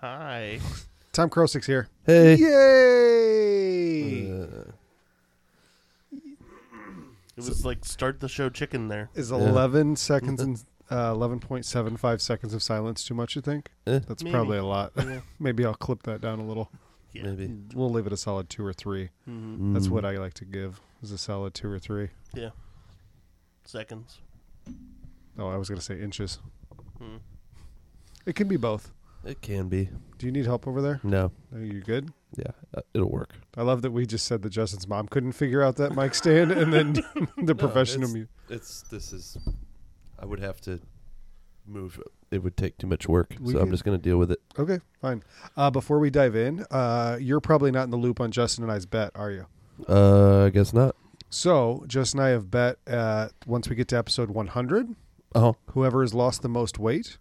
Hi. Tom Krosick's here. Hey. Yay! Uh, It was like start the show chicken there. Uh, Is 11 seconds and uh, 11.75 seconds of silence too much, you think? Eh. That's Maybe. probably a lot. Yeah. Maybe I'll clip that down a little. Yeah. maybe. We'll leave it a solid two or three. Mhm. That's Mm. what I like to give, is a solid two or three. Yeah. Seconds. Oh, I was going to say inches. Hmm. It can be both. It can be. Do you need help over there? No. Are you good? Yeah, uh, it'll work. I love that we just said that Justin's mom couldn't figure out that mic stand, and then the professional it's- mu- It's this is. I would have to move. It would take too much work, We so could- I'm just going to deal with it. Okay, fine. Uh, before we dive in, uh, you're probably not in the loop on Justin and I's bet, are you? Uh, I guess not. So Justin and I have bet uh, once we get to episode 100, Oh, whoever has lost the most weight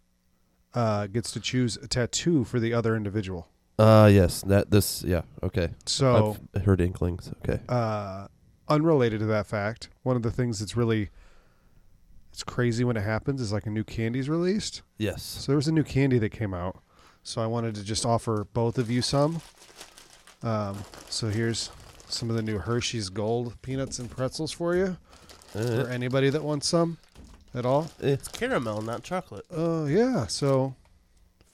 uh, gets to choose a tattoo for the other individual. uh, yes. That this. Yeah. Okay. So, I've heard inklings. Okay. uh, unrelated to that fact, one of the things that's really it's crazy when it happens is like a new candy's released. Yes. So there was a new candy that came out. So I wanted to just offer both of you some. Um, so here's some of the new Hershey's Gold peanuts and pretzels for you, Uh, for anybody that wants some at all. eh, It's caramel, not chocolate. Uh, yeah. So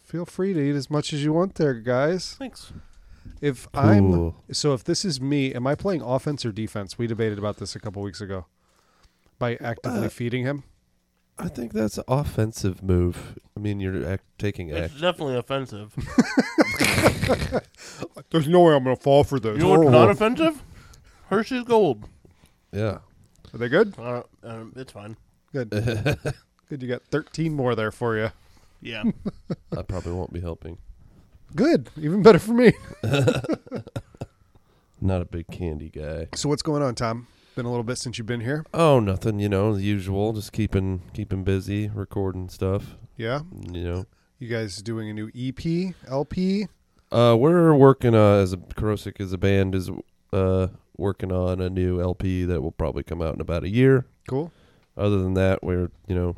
feel free to eat as much as you want there, guys. Thanks. If I'm Cool. so, if this is me, am I playing offense or defense? We debated about this a couple weeks ago. By actively Uh, feeding him, I think that's an offensive move. I mean, you're act- taking act. It's definitely offensive. there's no way I'm gonna fall for this. Oh. You know what's not offensive? Hershey's Gold. Yeah. Are they good? Uh, um, it's fine. Good, good. You got 13 more there for you. Yeah. I probably won't be helping. Good. Even better for me. Not a big candy guy. So what's going on, Tom? Been a little bit since you've been here. Oh, nothing. You know, the usual. Just keeping keeping busy, recording stuff. Yeah. You know. You guys doing a new E EP, LP? Uh, we're working uh, as a Karosik as a band is uh working on a new LP that will probably come out in about a year. Cool. Other than that, we're you know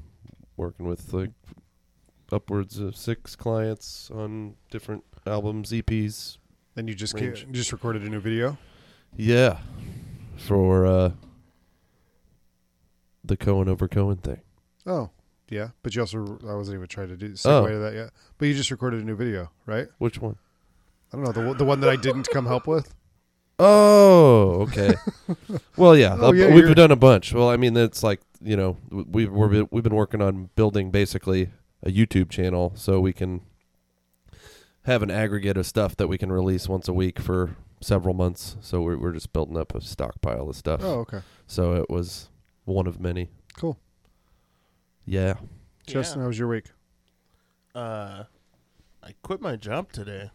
working with like upwards of six clients on different albums, E EPs. Then you just Range. ca- just recorded a new video. Yeah, for uh the Cohen over Cohen thing. Oh, yeah. But you also I wasn't even trying to do segue Oh. to that yet. But you just recorded a new video, right? Which one? I don't know the one- the one that I didn't come help with. Oh, okay. well, yeah, Oh, uh, yeah, we've you're- done a bunch. Well, I mean, it's like you know, w- we've we're, been- we've been working on building basically a YouTube channel so we can have an aggregate of stuff that we can release once a week for several months. So we're we're just building up a stockpile of stuff. Oh, okay. So it was one of many. Cool. Yeah. Justin, how was your week? Yeah. Uh, I quit my job today.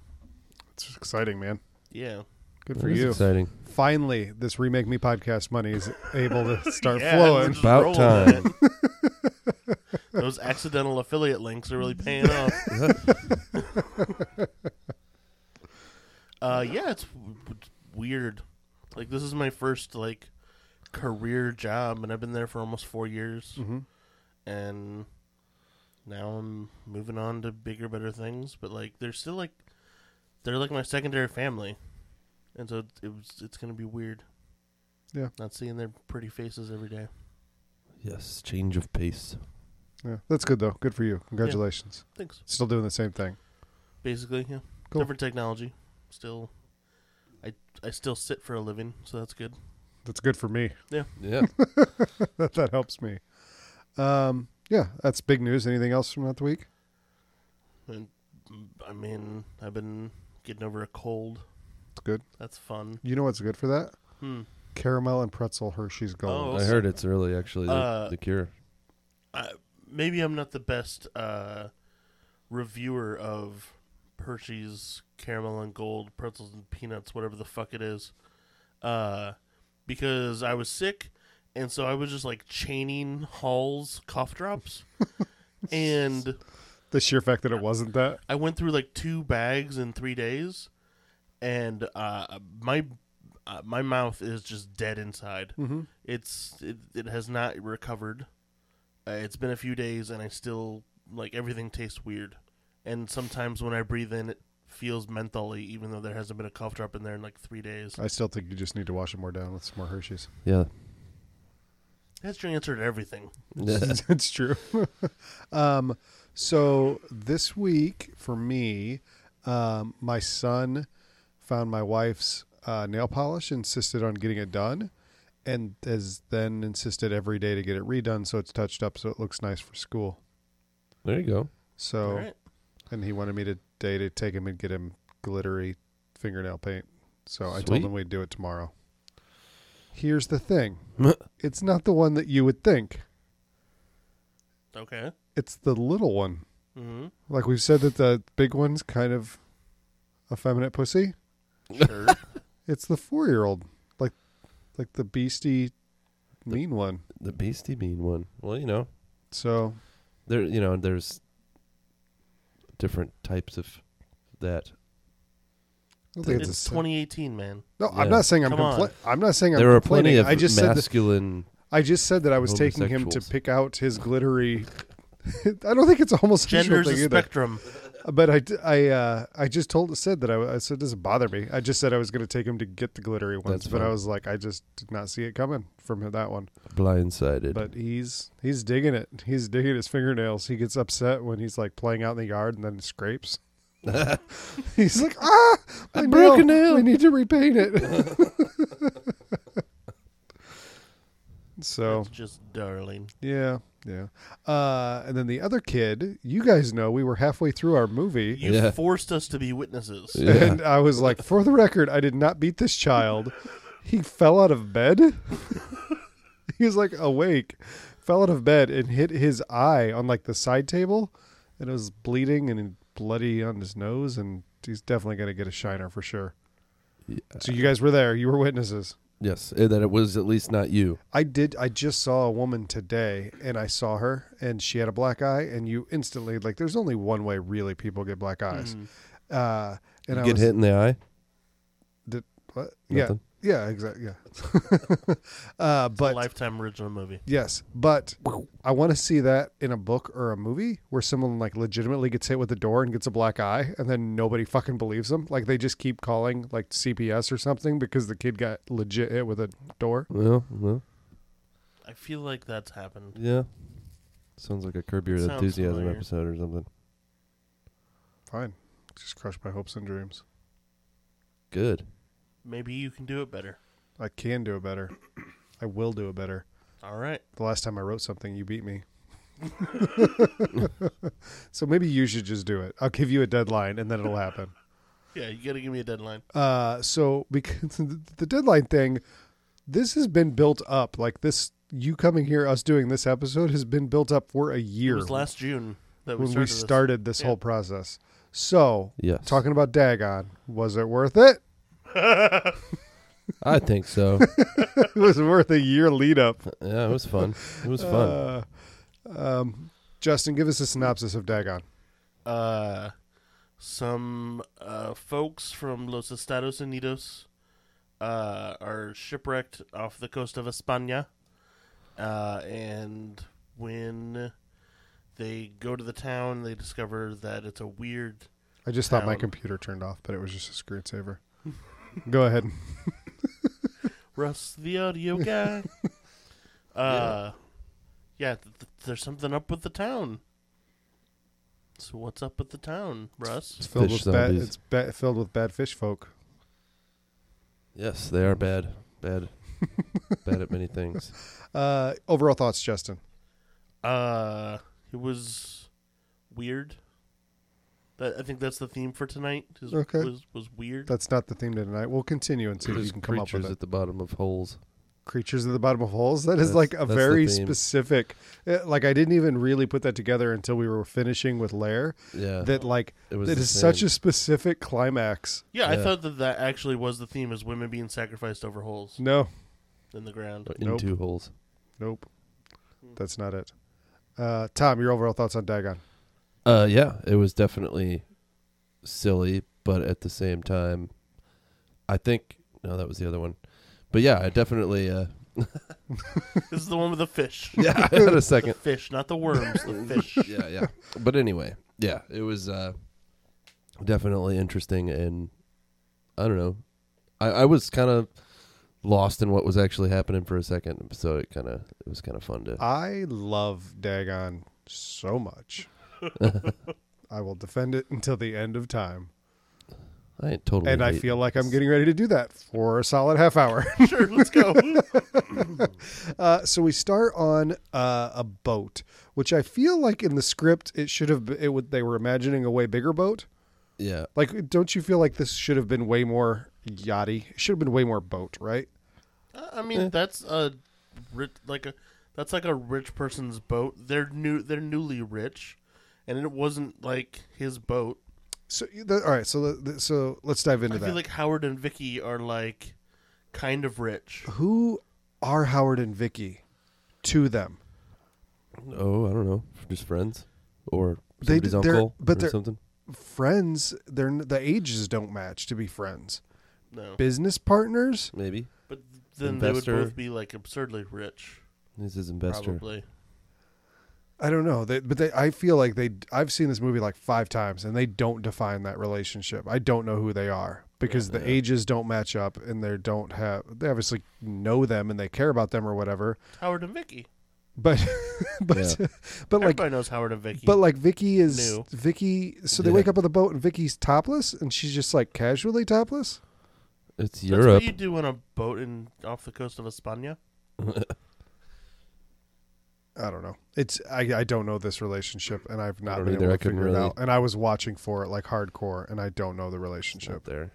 It's exciting, man. Yeah. Good That for is you. exciting. Finally, this remake me podcast money is able to start Yeah, flowing. let's About roll with it. Those accidental affiliate links are really paying off. uh, yeah, it's, w- it's weird. Like this is my first like career job, and I've been there for almost four years, hmm and now I'm moving on to bigger, better things. But like, they're still like they're like my secondary family, and so it was, it's gonna be weird. Yeah. not seeing their pretty faces every day. Yes, change of pace. Yeah, that's good though. Good for you. Congratulations. Thanks. Still doing the same thing. basically. Yeah, Cool. different technology. Still, I I still sit for a living, so that's good. That's good for me. Yeah. that that helps me. Um, yeah, that's big news. Anything else from that week? And mm, I mean, I've been getting over a cold. It's good. That's fun. You know what's good for that? Hmm. Caramel and pretzel Hershey's Gold. Oh. I heard it's really actually the, Uh, the cure. I, maybe I'm not the best uh, reviewer of Hershey's caramel and gold pretzels and peanuts, whatever the fuck it is, uh, because I was sick, and so I was just like chaining Hall's cough drops, and The sheer fact that it wasn't that. I went through like two bags in three days, and uh, my uh, my mouth is just dead inside. Mm-hmm. It's it, it has not recovered. Uh, it's been a few days, and I still like everything tastes weird. And sometimes when I breathe in, it feels mentholy, even though there hasn't been a cough drop in there in like three days. I still think you just need to wash it more down with some more Hershey's. Yeah. That's your answer to everything. That's true. um, so this week for me, um, my son found my wife's uh, nail polish, insisted on getting it done, and has then insisted every day to get it redone so it's touched up so it looks nice for school. there you go. So, All right. and he wanted me today to take him and get him glittery fingernail paint. So I told Sweet. him we'd do it tomorrow. Here's the thing it's not the one that you would think. Okay. It's the little one. hmm Like we've said that the big one's kind of effeminate pussy. Sure. It's the four year old. Like like the beastie mean one. The beastie mean one. Well, you know, So there you know, there's different types of that. I don't think it's, it's a 2018, man. No, yeah. I'm not saying I'm Come on. compla- I'm not saying I'm there are complaining. plenty of I just said that, masculine I just said that I was taking him to homosexuals. pick out his glittery I don't think it's a homosexual Gender's a thing either. spectrum. But I, d- I, uh, I just told said that I, I said doesn't bother me. I just said I was going to take him to get the glittery ones, That's but I fine. was like I just did not see it coming from that one. blindsided. but he's he's digging it. He's digging his fingernails. He gets upset when he's like playing out in the yard and then scrapes. he's like, ah, my I broke a nail." We need to repaint it. so Oh. That's just darling. yeah, yeah. Uh, and then the other kid, you guys know, we were halfway through our movie, You Yeah. forced us to be witnesses. Yeah. and I was like, for the record, I did not beat this child. He fell out of bed. he was like awake, fell out of bed and hit his eye on like the side table, and it was bleeding and bloody on his nose, and he's definitely gonna get a shiner for sure. Yeah. So you guys were there. You were witnesses. yes, and that it was at least not you. I did. I just saw a woman today, and I saw her, and she had a black eye, and you instantly like. There's only one way really people get black eyes. Mm. Uh, and I you get was, hit in the eye. What? Yeah, Nothing. Yeah, exactly. Yeah. uh, but Lifetime original movie. yes, but I want to see that in a book or a movie where someone like legitimately gets hit with a door and gets a black eye, and then nobody fucking believes them. Like they just keep calling like CPS or something because the kid got legit hit with a door. Well, well, I feel like that's happened. yeah. Sounds like a Curb Your Sounds Enthusiasm familiar. episode or something. Fine, just crush my hopes and dreams. Good. Maybe you can do it better. I can do it better. I will do it better. All right. The last time I wrote something, you beat me. so maybe you should just do it. I'll give you a deadline, and then it'll happen. Yeah, you got to give me a deadline. Uh, so because the deadline thing, this has been built up. Like this, you coming here, us doing this episode has been built up for a It year. was last June that we when started. we this. started this Yeah. whole process. So Yes. talking about Dagon, was it worth it? I think so. it was worth a year lead up. yeah, it was fun. It was fun. Uh, um, Justin, give us a synopsis of Dagon. uh, some uh, folks from Los Estados Unidos uh, are shipwrecked off the coast of España. Uh, and when they go to the town, they discover that it's a weird. I just thought my Town. computer turned off, but it was just a screensaver. Go ahead. Russ, the audio guy. uh, yeah, th- th- there's something up with the town. So what's up with the town, It's Russ? filled Fish with bad, zombies. it's ba- filled with bad fish folk. yes, they are bad. Bad. bad at many things. Uh, overall thoughts, Justin. Uh, it was weird. That, I think that's the theme for tonight. Is, Okay. Was, was weird. That's not the theme tonight. We'll continue and see if There's you can come up with creatures it. at the bottom of holes. Creatures at the bottom of holes. That is That's- like a that's the very theme. specific. eh, Like I didn't even really put that together until we were finishing with Lair. Yeah. That like Uh, it was that the is such same. a specific climax. yeah, I yeah. thought that that actually was the theme: is women being sacrificed over holes No, in the ground. in Nope. two holes. nope, that's not it. Uh, Tom, your overall thoughts on Dagon? Uh, yeah, it was definitely silly, but at the same time, I think no, that was the other one. But yeah, I definitely uh, this is the one with the fish. yeah, I had a The second. fish, not the worms. The fish. yeah, yeah. But anyway, yeah, it was uh, definitely interesting and I don't know. I, I was kind of lost in what was actually happening for a second, so it kind of it was kind of fun to. I love Dagon so much. I will defend it until the end of time. I ain't totally. And I hate- feel like I'm getting ready to do that for a solid half hour. sure, let's go. Uh, so we start on uh, a boat, which I feel like in the script it should have. Been, it would they were imagining a way bigger boat. Yeah, Like, don't you feel like this should have been way more yachty? It should have been way more boat, right? I Eh. mean, that's a rich, like a that's like a rich person's boat. They're new. They're newly rich, and it wasn't like his boat. So, you- the, all right. So, the, the- so let's dive into I that. feel like Howard and Vicky are like kind of rich. Who are Howard and Vicky to them? Oh, I don't know. Just friends or They somebody's d- they're- uncle but or they're- something. Friends. They're n- the ages don't match to be friends. No, Business partners. Maybe but then they investor. would both be like absurdly rich, he's his investor. probably. I don't know. They, but they, I feel like they. I've seen this movie like five times, and they don't define that relationship. I don't know who they are because the ages don't match up, and they don't have. They obviously know them and they care about them or whatever. Howard and Vicky. But, but, Yeah. but like Everybody knows Howard and Vicky. But like Vicky is New. Vicky, so they Yeah. wake up on the boat and Vicky's topless, and she's just like casually topless. It's that's Europe. what you do on a boat in off the coast of España. I don't know. It's I, I don't know this relationship, and I've I not don't been either. able I to couldn't figure it really- out. And I was watching for it like hardcore, and I don't know the It's not relationship. there.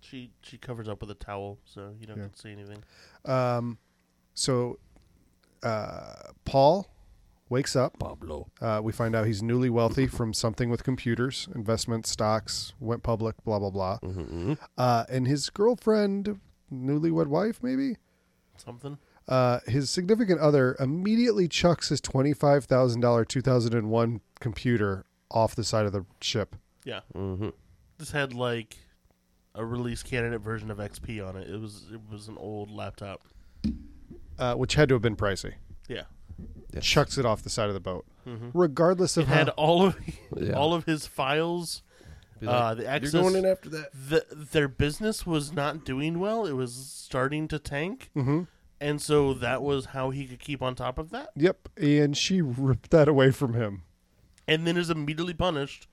She she covers up with a towel, so you don't Yeah. get to see anything. Um, so uh, Paul wakes up. Pablo. Uh, we find out he's newly wealthy from something with computers, investment, stocks, went public, blah blah blah. Mm-hmm. Uh, and his girlfriend, newlywed wife, maybe Something. Uh, his significant other immediately chucks his twenty-five thousand dollar two thousand and one computer off the side of the ship. Yeah. Mm-hmm. This had like a release candidate version of XP on it. It was it was an old laptop. Uh, which had to have been pricey. Yeah. Yes. Mm-hmm. Chucks it off the side of the boat, Mhm. regardless of It had how. all of Yeah. all of his files. Be like, Uh, the access. You're going in after that. the, their business was not doing well. It was starting to tank, Mm-hmm. Mhm. and so that was how he could keep on top of that. Yep, and she ripped that away from him. And then is immediately punished.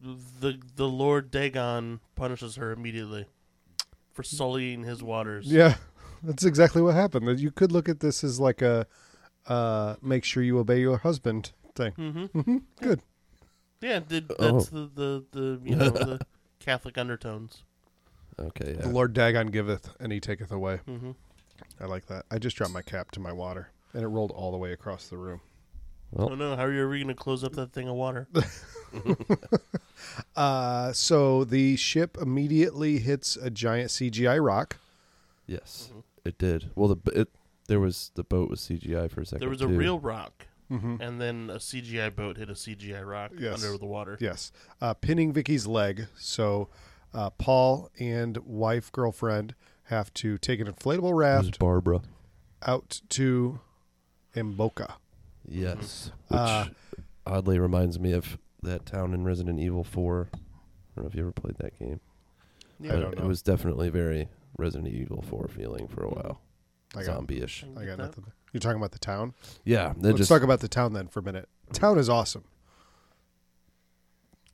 The the Lord Dagon punishes her immediately for sullying his waters. Yeah, that's exactly what happened. You could look at this as like a uh, make sure you obey your husband thing. hmm Good. Yeah, the, that's Oh. the, the, the you know the Catholic undertones. Okay. The Yeah. Lord Dagon giveth, and he taketh away. hmm I like that. I just dropped my cap to my water, and it rolled all the way across the room. Oh. I don't know Oh, how are you ever going to close up that thing of water? Uh, so the ship immediately hits a giant CGI rock. Yes, Mm-hmm. it did. Well, the b- it there was the boat was CGI for a second. There was a too. real rock, Mm-hmm. and then a CGI boat hit a CGI rock Yes. under the water. Yes, uh, pinning Vicky's leg. So uh, Paul and wife girlfriend have to take an inflatable It was raft Barbara. out to Imboka. Mm-hmm. Yes, which Uh, oddly reminds me of that town in Resident Evil Four. I don't know if you ever played that game. I but don't know. It was definitely very Resident Evil Four feeling for a Mm-hmm. while. I got, Zombie-ish. I got nothing. You're talking about the town. Yeah, that Let's just talk about the town then for a minute. Town is awesome.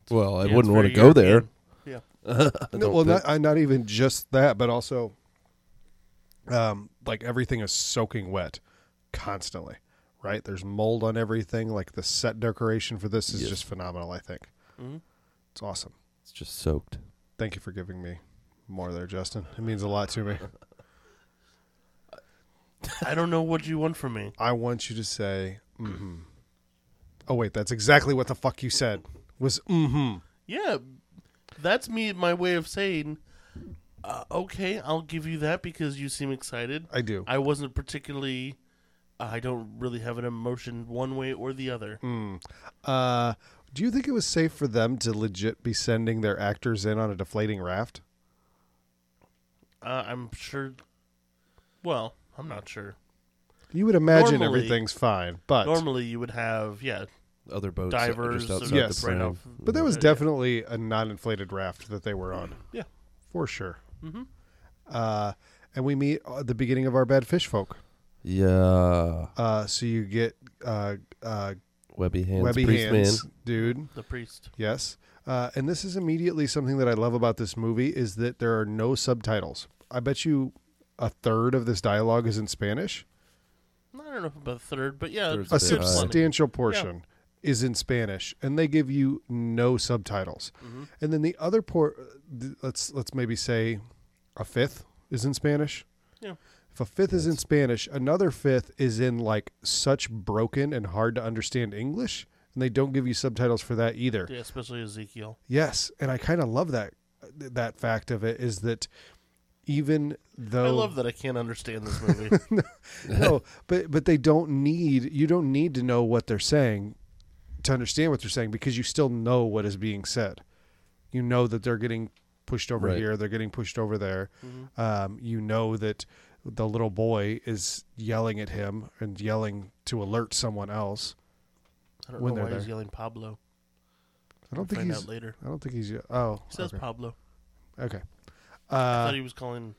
well, I Yeah, it's wouldn't want to very go there. European. Yeah, No, don't well, think- not, I- not even just that, but also, um, like everything is soaking wet constantly, right? There's mold on everything. Like the set decoration for this is Yes. just phenomenal. I think Mhm. it's awesome. It's just soaked. Thank you for giving me more there, Justin. It means a lot to me. I don't know what you want from me. I want you to say, mm-hmm. oh wait, that's exactly what the fuck you said. Was mm-hmm. Yeah, that's me. My way of saying, uh, okay, I'll give you that because you seem excited. I do. I wasn't particularly. uh, I don't really have an emotion one way or the other. Mm. Uh, do you think it was safe for them to legit be sending their actors in on a deflating raft? Uh, I'm sure. Well, I'm not sure. You would imagine Normally- everything's fine, but Normally, you would have yeah other boats that are divers just outside Yes. the right prow. off. But that was Yeah. definitely a non-inflated raft that they were on. Yeah. for sure. Mhm. Uh, and we meet at the beginning of our bad fish folk. yeah, Uh, so you get uh, uh, webby hands, webby priest hands, man. dude. The priest. Yes. Uh, and this is immediately something that I love about this movie is that there are no subtitles. I bet you a third of this dialogue is in Spanish. I don't know about a third, but yeah, Third's A It's a bit high. substantial portion is in Spanish, and they give you no subtitles. Mm-hmm. And then the other por th- let's let's maybe say a fifth is in Spanish. Yeah. If a fifth is in Spanish, another fifth is in like such broken and hard to understand English, and they don't give you subtitles for that either. Yeah, especially Ezekiel. Yes, and I kind of love that that fact of it is that even though I love that I can't understand this movie. no, but but they don't need you don't need to know what they're saying to understand what they're saying because you still know what is being said. You know that they're getting pushed over Right. here, they're getting pushed over there. Um, you know that the little boy is yelling at him and yelling to alert someone else. I don't When know they're why he's there. yelling Pablo. I don't think find he's. out later. I don't think he's. Oh, He says okay. Pablo. okay. I Uh, thought he was calling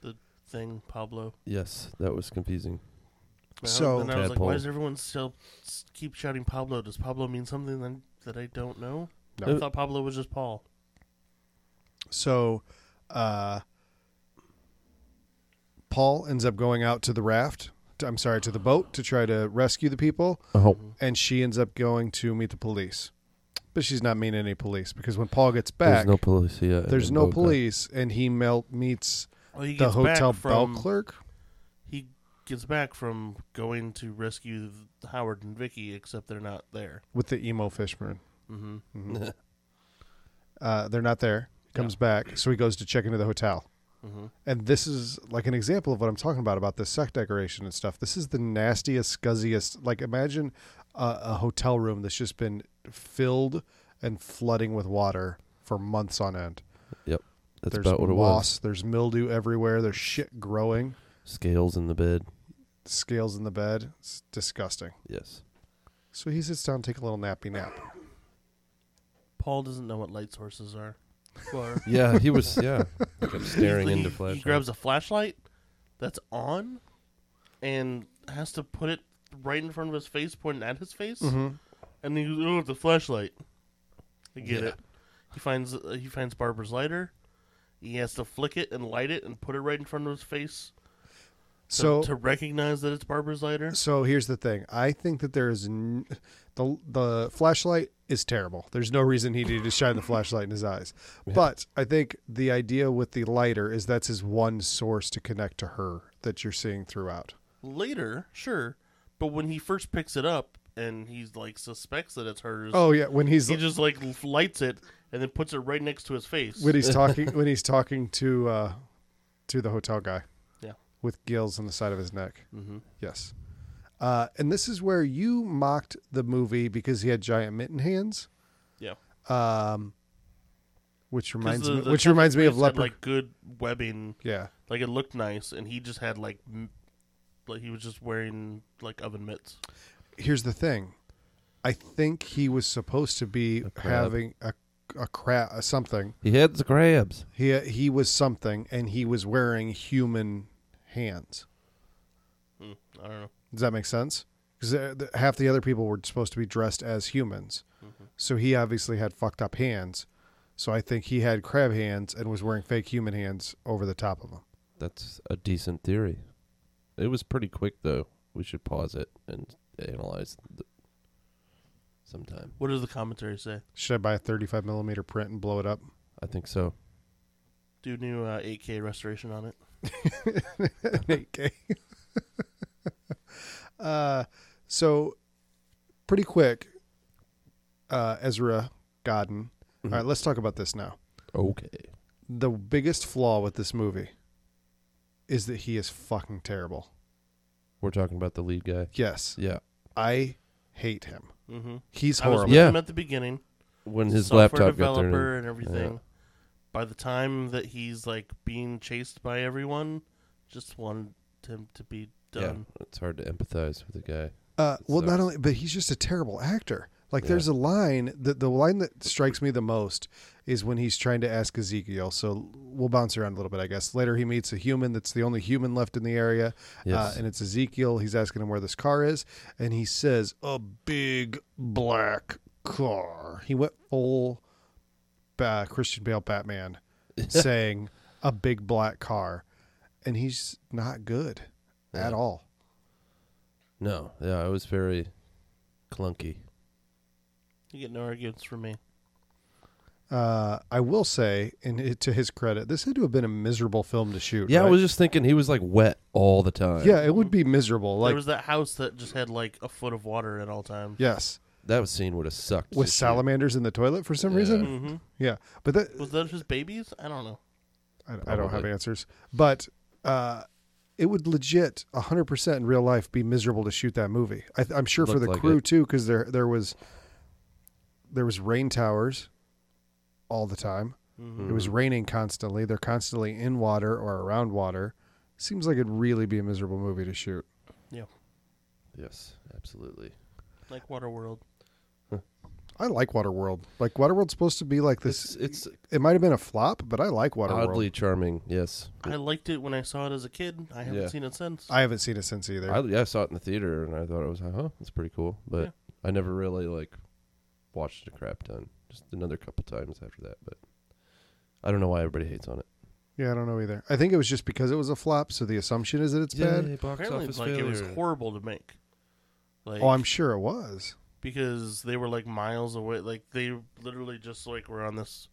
the thing Pablo. Yes, that was confusing. Well, So- then I was like, Tadpole. why does everyone still s- keep shouting Pablo? Does Pablo mean something then that I don't know? No. I thought Pablo was just Paul. So, uh, Paul ends up going out to the raft. To, I'm sorry, to the boat to try to rescue the people, Oh, and she ends up going to meet the police. But she's not meeting any police because when Paul gets there's back, no police. Yeah, there's in no Boca. police, and he mel- meets Oh, he the gets back hotel bell from- clerk. He gets back from going to rescue th- Howard and Vicky, except they're not there. with the emo fishman. Mm-hmm. Mhm. uh, they're not there. Comes back, so he goes to check into the hotel. Mhm. And this is like an example of what I'm talking about about the sect decoration and stuff. This is the nastiest, scuzziest. Like imagine a, a hotel room that's just been filled and flooding with water for months on end. That's there's about what it was. moss. There's mildew everywhere. There's shit growing. Scales in the bed. Scales in the bed. It's disgusting. Yes. So he sits down, take a little nappy nap. Paul doesn't know what light sources are. Or Yeah, he was. Yeah, I kept staring he, into He flashlight. grabs a flashlight that's on and has to put it right in front of his face, pointing at his face. Mm-hmm. And he goes, "Oh, it's a flashlight." I get Yeah. it. He finds uh, he finds Barbara's lighter. He has to flick it and light it and put it right in front of his face to, So to recognize that it's Barbara's lighter. So here's the thing. I think that there is n- the the flashlight is terrible. There's no reason he needed to shine the flashlight in his eyes. But I think the idea with the lighter is that's his one source to connect to her that you're seeing throughout. Later, sure, but when he first picks it up and he's like suspects that it's hers, Oh yeah, when he's he just like l- lights it and then puts it right next to his face. when he's talking when he's talking to uh to the hotel guy. Yeah. With gills on the side of his neck. mm-hmm. Yes. Uh, and this is where you mocked the movie because he had giant mitten hands. Yeah. Um, which reminds the- me, the which reminds me of leopard. like good webbing, yeah, like it looked nice, and he just had like m- like he was just wearing like oven mitts. here's the thing. I think he was supposed to be crab. having a a crab a something. He had the crabs. He he was something, and he was wearing human hands. Mm, I don't know. Does that make sense? Because half the other people were supposed to be dressed as humans, so he obviously had fucked up hands. So I think he had crab hands and was wearing fake human hands over the top of them. That's a decent theory. It was pretty quick though. We should pause it and analyze the, sometime. What does the commentary say? Should I buy a 35 millimeter print and blow it up? I think so. Do new uh, 8K restoration on it. Okay. uh, so pretty quick, uh, Ezra Godin. All right, let's talk about this now. Okay. The biggest flaw with this movie is that he is fucking terrible. We're talking about the lead guy. Yes, Yeah. I hate him. Mm-hmm. He's I was horrible. with Yeah. him at the beginning. When his software laptop got developer there. and everything. By the time that he's like being chased by everyone, just wanted him to be Yeah. done. It's hard to empathize with the guy. Uh, well, So- not only, but he's just a terrible actor. Like, there's a line that the line that strikes me the most is when he's trying to ask Ezekiel. So we'll bounce around a little bit, I guess. Later, he meets a human that's the only human left in the area, Yes. uh, and it's Ezekiel. He's asking him where this car is, and he says, "A big black car." He went full uh, Christian Bale Batman, saying, "A big black car," and he's not good at all. No, yeah, it was very clunky. You get no arguments from me. Uh, I will say, and it, to his credit, this had to have been a miserable film to shoot. Yeah, I right? was just thinking he was like wet all the time. Yeah, it would be miserable. there Like, was that house that just had like a foot of water at all times. yes, that scene would have sucked. with to shit. salamanders in the toilet for some Yeah. reason. hmm Yeah, but that Was that his babies? I don't know. I, I don't have Probably. answers. But uh, it would legit 100 percent in real life be miserable to shoot that movie. I, I'm sure for Looked the like crew it. too, because there there was there was rain towers all the time. Mm-hmm. It was Mm. raining constantly. They're constantly in water or around water. Seems like it'd really be a miserable movie to shoot. Yes, absolutely. Mm-hmm. Like Waterworld. I like Waterworld. Like Waterworld's supposed to be like this. it's, it's it might have been a flop, but I like Waterworld. oddly charming. Yes, I liked it when I saw it as a kid. I haven't Yeah. seen it since. I haven't seen it since either. I, yeah, I saw it in the theater and I thought it was, huh, it's pretty cool. But Yeah. I never really like watched a crap ton. Just another couple times after that. But I don't know why everybody hates on it. yeah, I don't know either. I think it was just because it was a flop, so the assumption is that it's bad. box Apparently, like it was horrible to make. Like, Oh, I'm sure it was. because they were like miles away. Like they literally just like were on this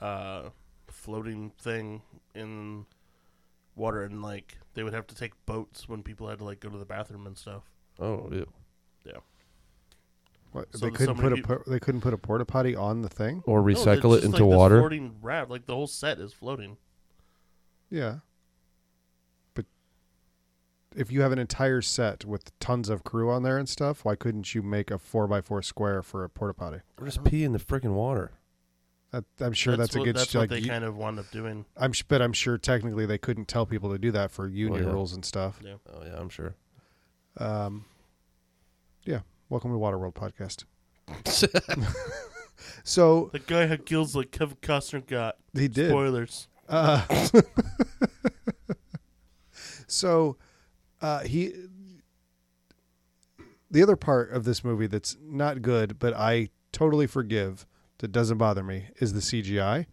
uh, floating thing in water, and like they would have to take boats when people had to like go to the bathroom and stuff. Oh, ew. What, So they that couldn't so put many a peop- po- they couldn't put a porta potty on the thing. Or No, it's recycle it Oh, just, into like, this water. Floating wrap, like the whole set is floating. Yeah, but if you have an entire set with tons of crew on there and stuff, why couldn't you make a four by four square for a porta potty? Or just pee in the freaking water. That, I'm sure that's, what, a good. That's like, what they you- kind of wound up doing. I'm s- but I'm sure technically they couldn't tell people to do that for union yeah. rules and stuff. Oh, yeah, I'm sure. Um, yeah, welcome to Waterworld podcast. so The guy had gills like Kevin Costner got. he did. Spoilers. Uh, so uh, he, the other part of this movie that's not good, but I totally forgive that doesn't bother me is the CGI.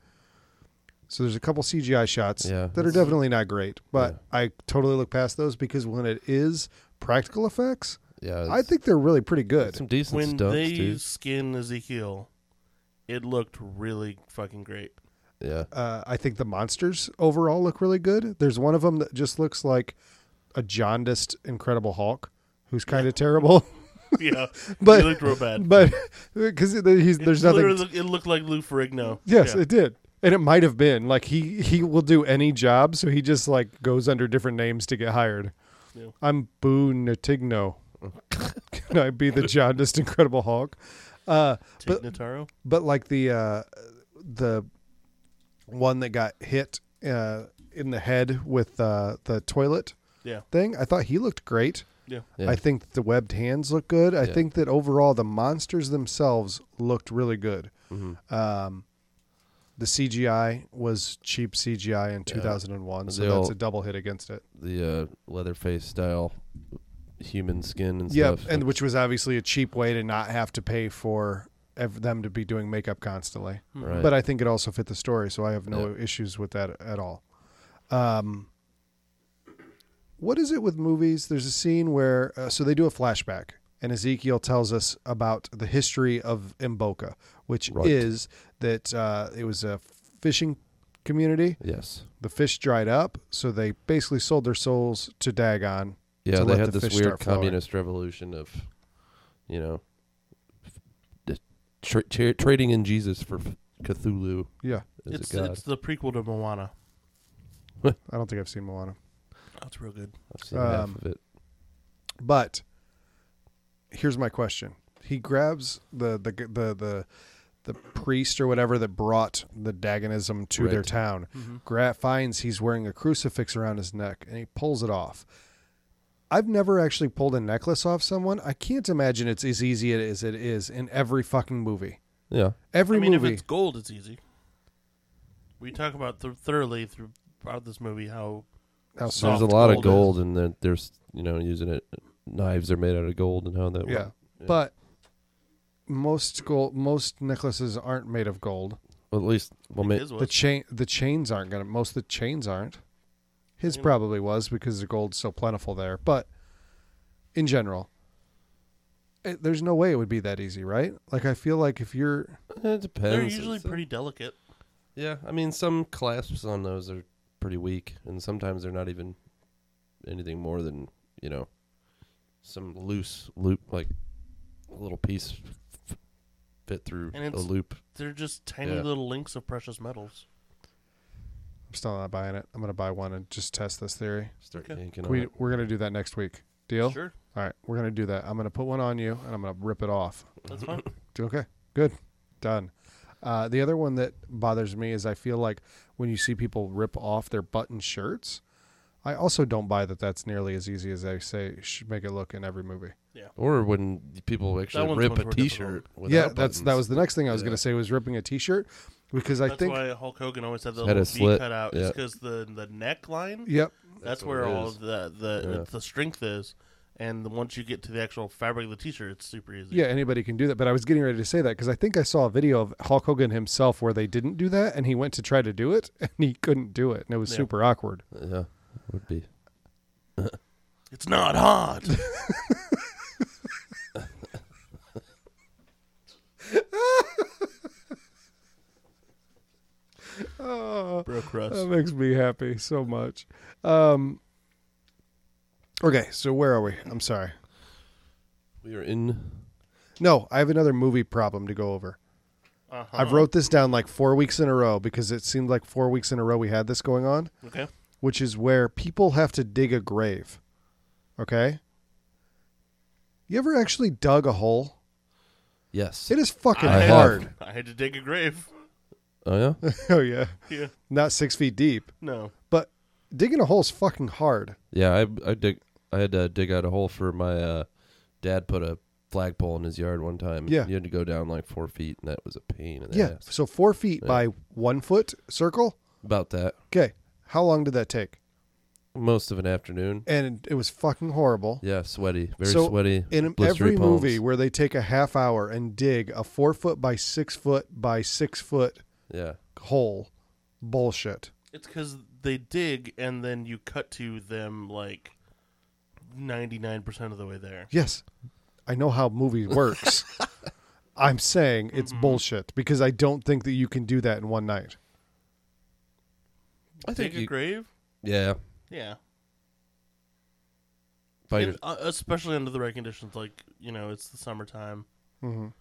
So there's a couple CGI shots Yeah. that are definitely not great, but Yeah. I totally look past those because when it is practical effects, Yeah. I think they're really pretty good. some decent When stunts, they dude. skin Ezekiel, it looked really fucking great. Yeah. Uh, I think the monsters overall look really good. There's one of them that just looks like a jaundiced Incredible Hulk, who's kind of terrible, yeah, But- he looked real bad. but because he's It there's nothing. literally look- it looked like Lou Ferrigno. yes, Yeah. it did, and it might have been like he he will do any job, so he just like goes under different names to get hired. Yeah. I'm Boo Natigno. Can I be the jaundiced Incredible Hulk? Uh, Tig but- Notaro. but like the uh the one that got hit uh in the head with uh the toilet Yeah. thing i thought he looked great Yeah. Yeah. i think the webbed hands look good i Yeah. think that overall the monsters themselves looked really good Mhm. um the cgi was cheap cgi in 2001 so They that's all- a double hit against it The uh, Leatherface style human skin and yeah stuff. and which was obviously a cheap way to not have to pay for ev- them to be doing makeup constantly Hmm. Right. but I think it also fit the story, so I have no issues with that at all. Um, what is it with movies? There's a scene where uh, so they do a flashback, and Ezekiel tells us about the history of Mboka, which Right. is that uh, it was a fishing community. yes. The fish dried up, so they basically sold their souls to Dagon. Yeah, to they let had the this fish weird start flowing. communist revolution of, you know, f- the tra- tra- trading in Jesus for f- Cthulhu Yeah, as It's a god. it's the prequel to Moana. I don't think I've seen Moana. That's real good. I've seen half um, of it. But here's my question: He grabs the the the the, the priest or whatever that brought the Dagonism to their Right. Mm-hmm. town. Gra- finds he's wearing a crucifix around his neck, and he pulls it off. I've never actually pulled a necklace off someone. I can't imagine it's as easy as it is in every fucking movie. Yeah. Every I mean, movie. if it's gold, it's easy. We talk about th- thoroughly throughout this movie how How There's soft. There's a lot of gold gold, and then there's you know using it. Knives are made out of gold, and how that. yeah. But most gold, most necklaces aren't made of gold. Well, at least well, ma- his was. The chain, the chains aren't gonna. Most of the chains aren't. His Yeah. probably was because the gold's so plentiful there. But in general, it, there's no way it would be that easy, right? Like I feel like if you're, it depends. They're usually It's a- pretty delicate. Yeah, I mean, some clasps on those are pretty weak, and sometimes they're not even anything more than you know some loose loop, like a little piece f- fit through And a it's- loop. They're just tiny Yeah. little links of precious metals. I'm still not buying it. I'm gonna buy one and just test this theory. Start Okay. yanking Can on we it. we're gonna do that next week. Deal. Sure, All right, we're gonna do that. I'm gonna put one on you, and I'm gonna rip it off. that's fine. Okay, good, done. Uh, the other one that bothers me is I feel like when you see people rip off their button shirts, I also don't buy that. That's nearly as easy as they say should make it look in every movie. Or when people actually one's rip much a more T-shirt. difficult. without yeah, that's that buttons. was the next thing I was Yeah. gonna say was ripping a T-shirt because I that's think why Hulk Hogan always had the Had a little V slit, cut out, yeah. because the the neckline. yep, That's, That's what where it all is. the the Yeah. it's the strength is, and the- once you get to the actual fabric of the T-shirt, it's super easy. yeah, anybody can do that. But I was getting ready to say that because I think I saw a video of Hulk Hogan himself where they didn't do that, and he went to try to do it, and he couldn't do it, and it was Yeah. super awkward. yeah, would be. it's not hard. Oh. Bro crust. That makes me happy so much. Um, okay, so where are we? I'm sorry. We are in. No, I have another movie problem to go over. uh-huh. I've wrote this down like four weeks in a row because it seemed like four weeks in a row we had this going on, okay. which is where people have to dig a grave. Okay? You ever actually dug a hole? Yes. It is fucking I have. hard. I had to dig a grave. Oh yeah. oh, yeah. Yeah. Not six feet deep, No. but digging a hole is fucking hard. Yeah, I I dig I had to dig out a hole for my uh, dad put a flagpole in his yard one time. Yeah. You had to go down like four feet and that was a pain in the Yeah. ass. So four feet Yeah. by one foot circle. About that. Okay. How long did that take? Most of an afternoon. and it was fucking horrible. Yeah, sweaty. Very So, sweaty. In blistery every palms. movie where they take a half hour and dig a four foot by six foot by six foot Yeah. hole, bullshit. It's because they dig and then you cut to them like ninety nine percent of the way there. Yes, I know how movie works. I'm saying it's Mm-hmm. bullshit because I don't think that you can do that in one night. I think dig a you, grave. Yeah. Yeah. By And, uh, especially under the right conditions, like you know, it's the summertime, Mhm.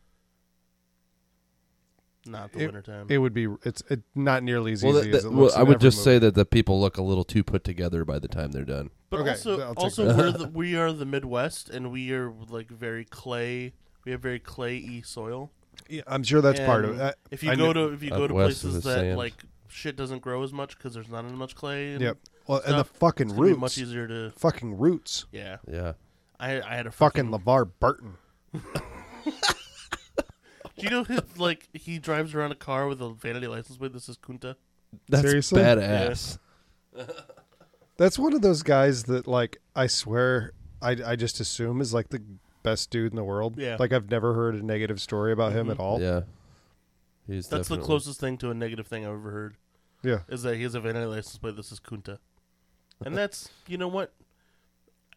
not the wintertime. It would be it's it, not nearly as your, well, easy that- as it well, looks. I in would every just say that the people look a little too put together by the time they're done. But Okay, also, I'll take also that. we're the, we are the Midwest, and we are like very clay. We have very clayey soil. movie. Yeah, I'm sure that's part of And it. I- If you I go knew- to if you go Up to west is places the that sand. like shit doesn't grow as much because there's not as much clay. And Yep. Well, and the stuff, fucking it's gonna roots, be much easier to. fucking roots, Yeah, Yeah. I I had a fucking LeVar Burton. Do you know his like he drives around a car with a vanity license plate that says Kunta? That's Seriously? badass. That's one of those guys that, like, I swear, I, I just assume is like the best dude in the world. Yeah. Like, I've never heard a negative story about him at all. Mm-hmm. Yeah. He's That's the definitely- closest thing to a negative thing I've ever heard. Yeah. Is that he has a vanity license plate that says Kunta, and that's you know what.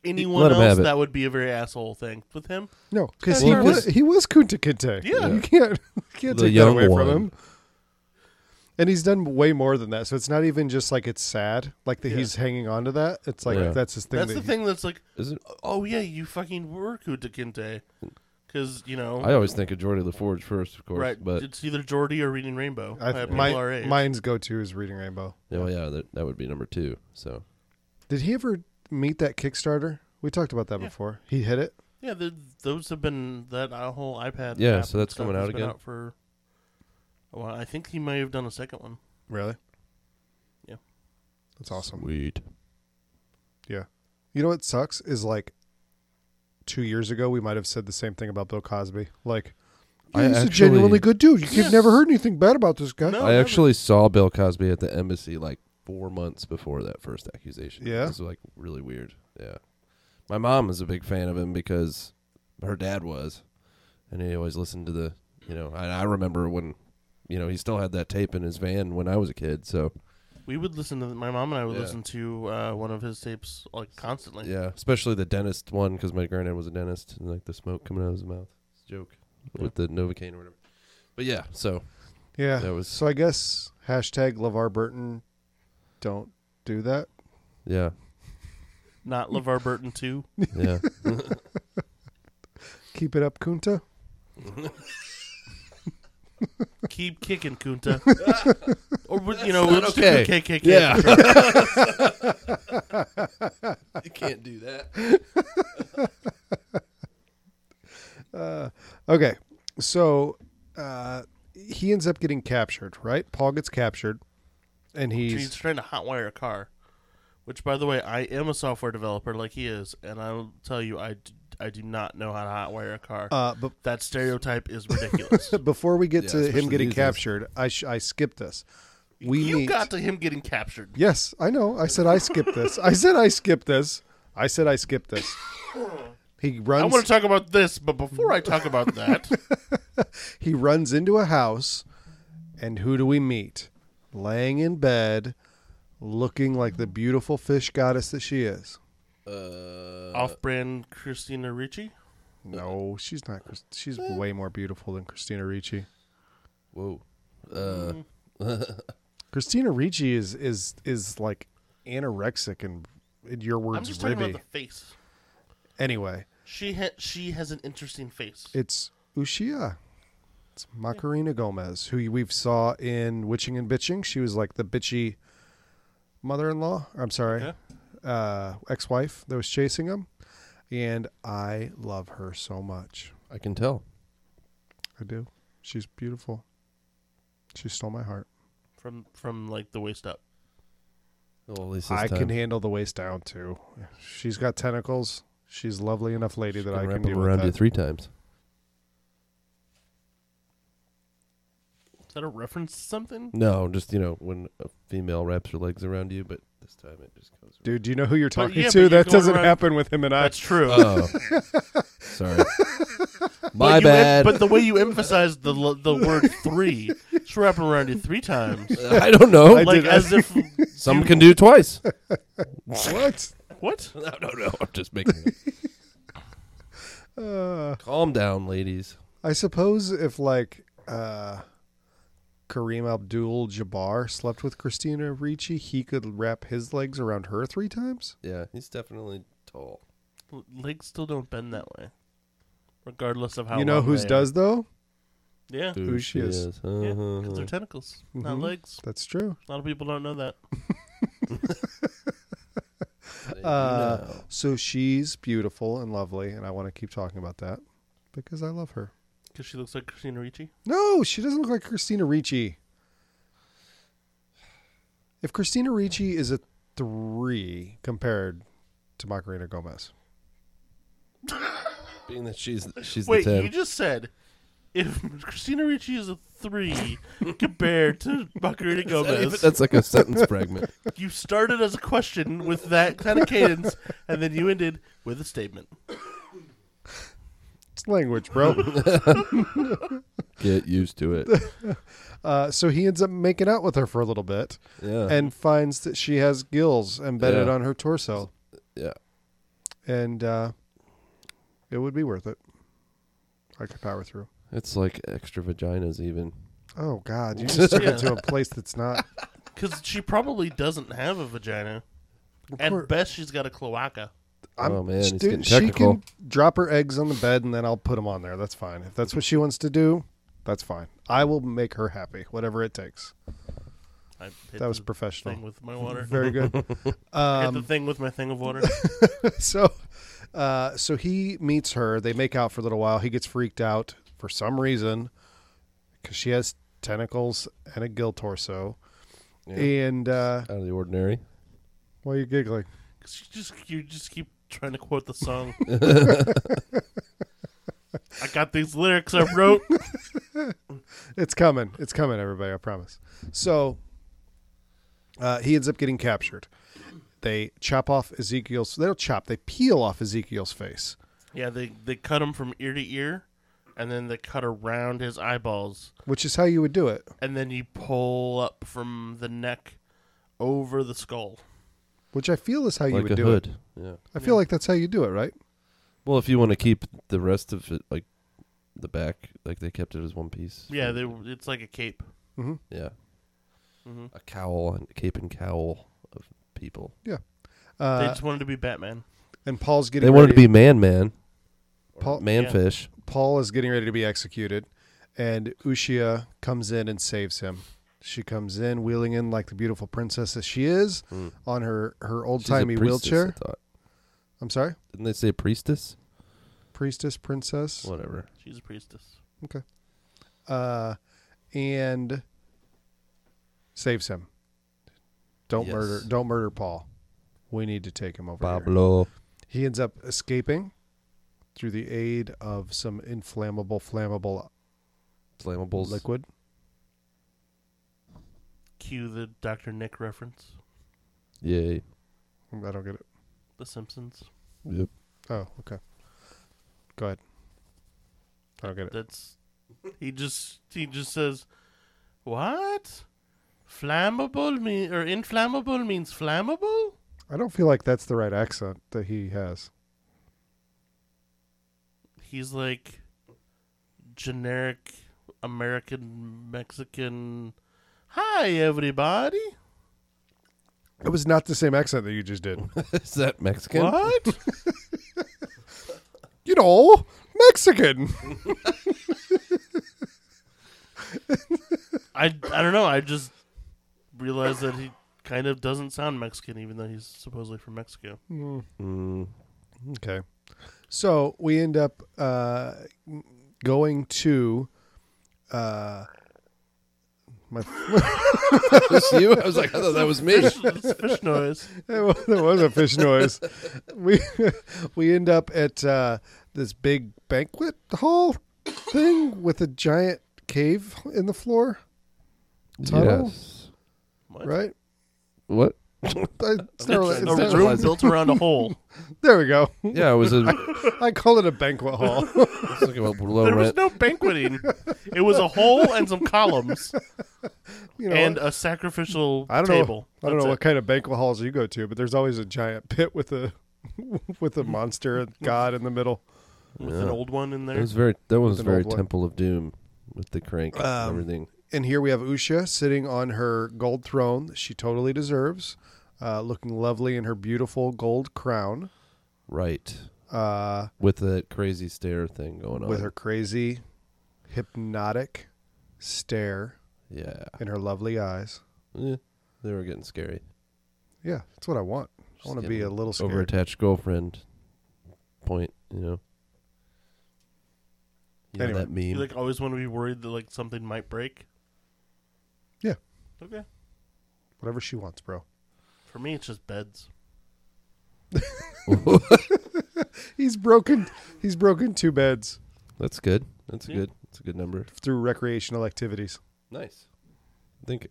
Anyone let him else have it. that would be a very asshole thing with him. No, because Yeah, he sure. was he was Kunta Kinte. Yeah. You can't you can't The take that young away one. from him. And he's done way more than that. So it's not even just like it's sad, like that Yeah. he's hanging on to that. It's like Yeah. that's his thing. That's that the he- thing that's like, Is it? oh yeah, you fucking were Kunta Kinte, because you know, I always think of Jordy LaForge first, of course. Oh. right? But It's either Geordie or Reading Rainbow. I, by people my, our age. mine's go to is Reading Rainbow. yeah, well, oh, yeah, that, that would be number two. So Did he ever meet that Kickstarter? We talked about that Yeah. before. He hit it. yeah, the, those have been that uh, whole iPad. Yeah, app so and that's stuff coming has out been again? for. Well, I think he may have done a second one. Really? Yeah. That's awesome. Sweet. Yeah. You know what sucks is like two years ago we might have said the same thing about Bill Cosby. Like I he's a actually- genuinely good dude. You- You've Yes. never heard anything bad about this guy. No. I Oh, never. actually saw Bill Cosby at the embassy like four months before that first accusation. Yeah? It was like really weird. Yeah. My mom is a big fan of him because her dad was. And he always listened to the, you know, I, I remember when, you know, he still had that tape in his van when I was a kid. So, We would listen to my mom and I would Yeah. listen to uh, one of his tapes like constantly. yeah. Especially the dentist one because my granddad was a dentist and like the smoke coming out of his mouth. It's a joke with the Novocaine or whatever. But yeah, so Yeah. That was- So I guess hashtag LeVar Burton don't do that. yeah. Not LeVar Burton too. Yeah. Keep it up, Kunta. Keep kicking, Kunta. or would- you know, That's not let's okay. okay. KKK. you can't do that. Uh, Okay. So uh, he ends up getting captured, right? Paul gets captured and He's, he's trying to hotwire a car, which, by the way, I am a software developer like he is, and I will tell you, I, d- I do not know how to hotwire a car. uh but that stereotype is ridiculous. before we get Yeah, to him especially getting these days. captured, I sh- I skipped this. We you meet got to him getting captured. Yes, I know. I said I skipped this. I said I skipped this. I said I skipped this. He I runs want to talk about this, but before I talk about that, he runs into a house and who do we meet? Laying in bed, looking like the beautiful fish goddess that she is. off-brand Christina Ricci. No, she's not. Chris- She's Eh. way more beautiful than Christina Ricci. Whoa. Christina Ricci is is is like anorexic and in your I'm words just talking ribby. about the face. Anyway, She ha- she has an interesting face. it's Ushia. It's Macarena Gomez, who we've saw in Witching and Bitching. She was like the bitchy mother-in-law. I'm sorry, Okay. uh, ex-wife that was chasing him, and I love her so much. I can tell. I do. She's beautiful. She stole my heart. from from like the waist up. Well, at least this I time. can handle the waist down too. She's got tentacles. She's lovely enough lady that I wrap can them do around with you that. three times. Is that a reference to something? No, just you know when a female wraps her legs around you, but this time it just goes. Dude, do you know who you're talking yeah, but to? you're That going doesn't around- happen with him and I. That's true. Uh, Oh, sorry. But My you em- bad. but the way you emphasized the l- the word three, it's wrapping around you three times, I don't know. I like did- as if Some can do twice. what? what? no, no, no. I'm just making. It. Uh, Calm down, ladies. I suppose if like uh, Kareem Abdul-Jabbar slept with Christina Ricci, he could wrap his legs around her three times. Yeah, he's definitely tall. L- Legs still don't bend that way, regardless of how. you know long whose they are. does though? Yeah, Dude, Who she is. yeah, Uh-huh. 'cause they're tentacles, not Mhm. legs. That's true. A lot of people don't know that. They do Uh, now. So she's beautiful and lovely, and I want to keep talking about that because I love her. Because she looks like Christina Ricci. No, she doesn't look like Christina Ricci. If Christina Ricci is a three compared to Macarena Gomez, Being that she's she's Wait, the ten. you just said if Christina Ricci is a three compared to Macarena Gomez, That's like a sentence fragment. you started as a question with that kind of cadence, and then you ended with a statement. it's language, bro. Get used to it. uh, so he ends up making out with her for a little bit Yeah. and finds that she has gills embedded Yeah. on her torso, yeah. and uh, it would be worth it. I could power through. It's like extra vaginas even. Oh God, you just took it to a place that's not. Because she probably doesn't have a vagina. course. At best, she's got a cloaca. I'm, Oh, man, sh- he's getting she technical. can drop her eggs on the bed and then I'll put them on there. That's fine. If that's what she wants to do, that's fine. I will make her happy, whatever it takes. I hit That was the professional. thing with my water. Very good. I hit the thing with my thing of water. so, uh, so he meets her. They make out for a little while. He gets freaked out for some reason because she has tentacles and a gill torso. Yeah. And uh, Out of the ordinary. why are you giggling? 'Cause you just you just keep trying to quote the song. I got these lyrics I wrote. It's coming. It's coming, everybody. I promise. So uh, he ends up getting captured. They chop off Ezekiel's. They don't chop. They peel off Ezekiel's face. Yeah, they they cut him from ear to ear, and then they cut around his eyeballs, which is how you would do it, and then you pull up from the neck over the skull. which I feel is how Oh, you like would a do hood. it. Yeah. I feel like that's how you do it, right? Well, if you want to keep the rest of it, like the back, like they kept it as one piece. Yeah, they it's like a cape. Mm-hmm. Yeah. Mhm. A cowl and cape and cowl of people. They Uh, just wanted to be Batman. and Paul's getting. They wanted to ready- be man man, Paul, man fish. Paul is getting ready to be executed, and Ushia comes in and saves him. She comes in wheeling in like the beautiful princess that she is Mm. on her her old She's a timey priestess, I wheelchair. thought. I'm sorry, Didn't they say priestess? priestess, princess. Whatever. She's a priestess. uh, and saves him. Don't Yes. murder. Don't murder Paul. We need to take him over. here. Pablo. He ends up escaping through the aid of some inflammable, flammable Flammables. liquid. Cue the Doctor Nick reference. Yay. I don't get it. The Simpsons. Yep. Oh, okay. Go ahead. I don't get it. That's he just he just says, "What? Flammable mean or inflammable means flammable? I don't feel like that's the right accent that he has. He's like generic American Mexican. Hi everybody. It was not the same accent that you just did. Is that Mexican? What? you know, Mexican. I I don't know. I just realized that he kind of doesn't sound Mexican, even though he's supposedly from Mexico. Hmm. Mm. Okay. So we end up uh, going to. Uh, my, That's you? I was like, I thought that was me. Fish, it's fish noise. there was there was a fish noise. We we end up at uh, this big banquet hall thing with a giant cave in the floor, Tunnel? Yes. What? right? What? I- It's not really, Just it's A not room really- built around a hole. there we go. Yeah, it was a I call it a banquet hall. it's like a low There was Oh, rent. no banqueting. It was a hole and some columns You know, and a sacrificial I don't know. table. I don't That's know what it. kind of banquet halls you go to, but there's always a giant pit with a with a monster and god in the middle. With Yeah. an old one in It there. was very that was an very old one. Temple of Doom with the crank Um, and everything. And here we have Usha sitting on her gold throne that she totally deserves, uh, looking lovely in her beautiful gold crown, Right. uh, With the crazy stare thing going on. with her crazy, hypnotic stare Yeah. in her lovely eyes. Eh, they were getting scary. Yeah, that's what I want. I want to be a little scared. Overattached girlfriend point, you know. You know Anyway. that meme. You like always want to be worried that like something might break. Yeah. Okay. Whatever she wants, bro. For me, it's just beds. He's broken. He's broken two beds That's good. That's Yeah. good. That's a good number. through recreational activities. Nice. I think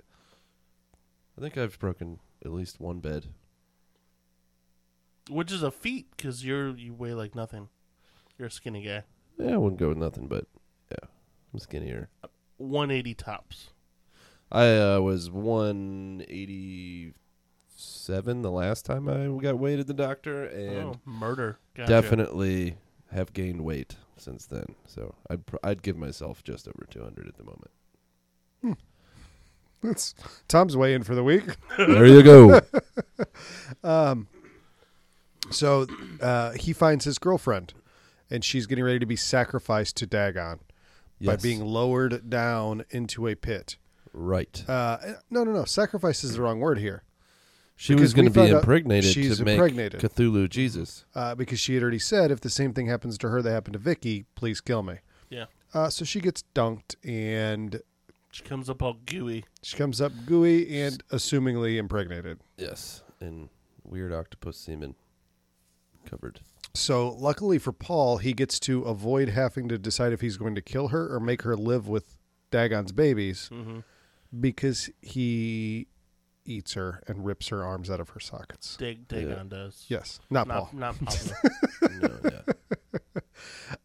I think I've broken at least one bed. Which is a feat because you're you weigh like nothing. You're a skinny guy. Yeah, Eh, I wouldn't go with nothing, but yeah. I'm skinnier. 180 tops. I uh, was 187 the last time I got weighed at the doctor, and oh, murder. Gotcha. definitely have gained weight since then. So I'd pr- I'd give myself just over 200 at the moment. That's Tom's way in for the week. there you go. So uh, he finds his girlfriend, and she's getting ready to be sacrificed to Dagon by Yes. being lowered down into a pit. right. Uh, no, no, no. Sacrifice is the wrong word here She was because we going to be found out impregnated she's to make impregnated. Cthulhu Jesus. uh, because she had already said, if the same thing happens to her that happened to Vicky, please kill me. Yeah. Uh, so she gets dunked, and She comes up all gooey. she comes up gooey and assumingly impregnated. Yes, and weird octopus semen covered. So luckily for Paul, he gets to avoid having to decide if he's going to kill her or make her live with Dagon's babies because he eats her and rips her arms out of her sockets. Dag- Dagon does. Yes, not, Not, Paul. not Paul. No, yeah.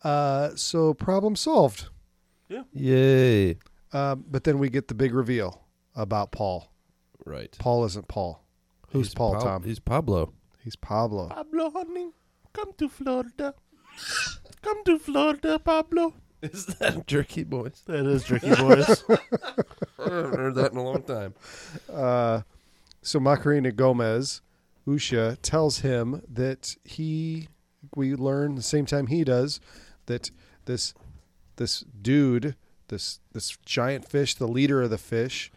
Uh, so problem solved. Yay! Um, but then we get the big reveal about Paul. Right. Paul isn't Paul. Who's He's Paul, Pab- Tom? He's Pablo. He's Pablo. Pablo, honey, come to Florida. Come to Florida, Pablo. Is that jerky boys? That is tricky, boys. I haven't heard that in a long time. Uh, So Macarena Gomez, Usha, tells him that he, we learn the same time he does, that this this dude, this this giant fish, the leader of the fish,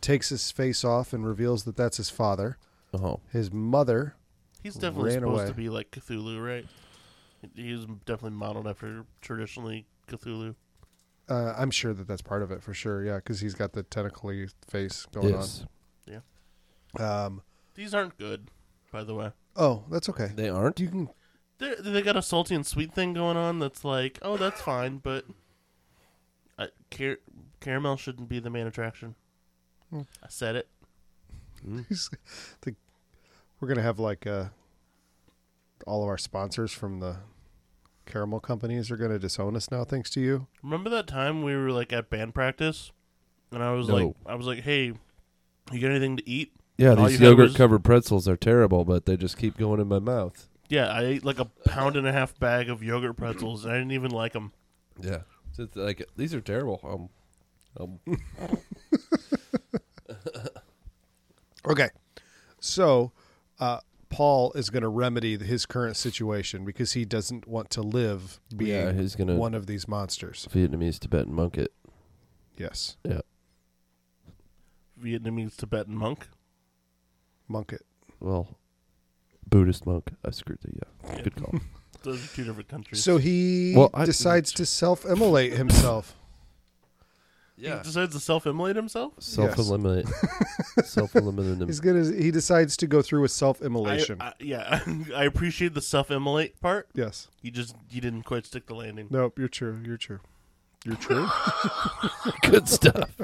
takes his face off and reveals that that's his father. Oh, His mother, He's definitely Ran supposed away. to be like Cthulhu, right? He's definitely modeled after traditionally Cthulhu. uh, I'm sure that that's part of it for sure. Yeah, because he's got the tentacly face going yes. on. Um, These aren't good, by the way. oh, that's okay. They aren't. You can They they got a salty and sweet thing going on that's like, oh, that's fine, but I, car- caramel shouldn't be the main attraction. I said it. He's- the, we're gonna have like uh, all of our sponsors from the caramel companies are gonna disown us now, thanks to you. Remember that time we were like at band practice, and I was No. like, I was like, hey, you got anything to eat? Yeah, All these you had yogurt was- covered pretzels are terrible, but they just keep going in my mouth. Yeah, I ate like a pound and a half bag of yogurt pretzels, and I didn't even like them. Yeah, so it's like these are terrible. Um, um, Okay, so uh, Paul is gonna remedy his current situation because he doesn't want to live being yeah, he's gonna one of these monsters. Vietnamese Tibetan monk it. Yes, Yeah, Vietnamese Tibetan monk. monk it. well, Buddhist monk. I screwed the uh, yeah. Good call. Those are two different countries. So he Well, I- decides to self-immolate himself. he decides to self-immolate himself. Self eliminate. Self eliminate He's gonna. He decides to go through with I, self-immolation. I, yeah, I appreciate the self-immolate part. yes. You just you didn't quite stick the landing. Nope. You're true. You're true. You're true. Good stuff.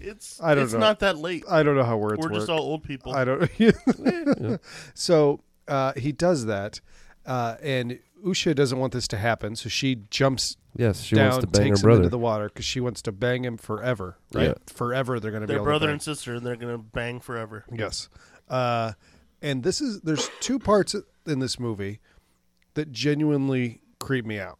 It's I don't it's know. not that late. I don't know how words We're work. just all old people. I don't. So uh, he does that, uh, and Usha doesn't want this to happen, so she jumps Yes, she down, wants to bang her takes him brother. into the water because she wants to bang him forever. Right, Yeah. forever they're going to be They're able brother to and sister, and they're gonna bang forever. bang. Yes, uh, and this is there's two parts in this movie that genuinely creep me out.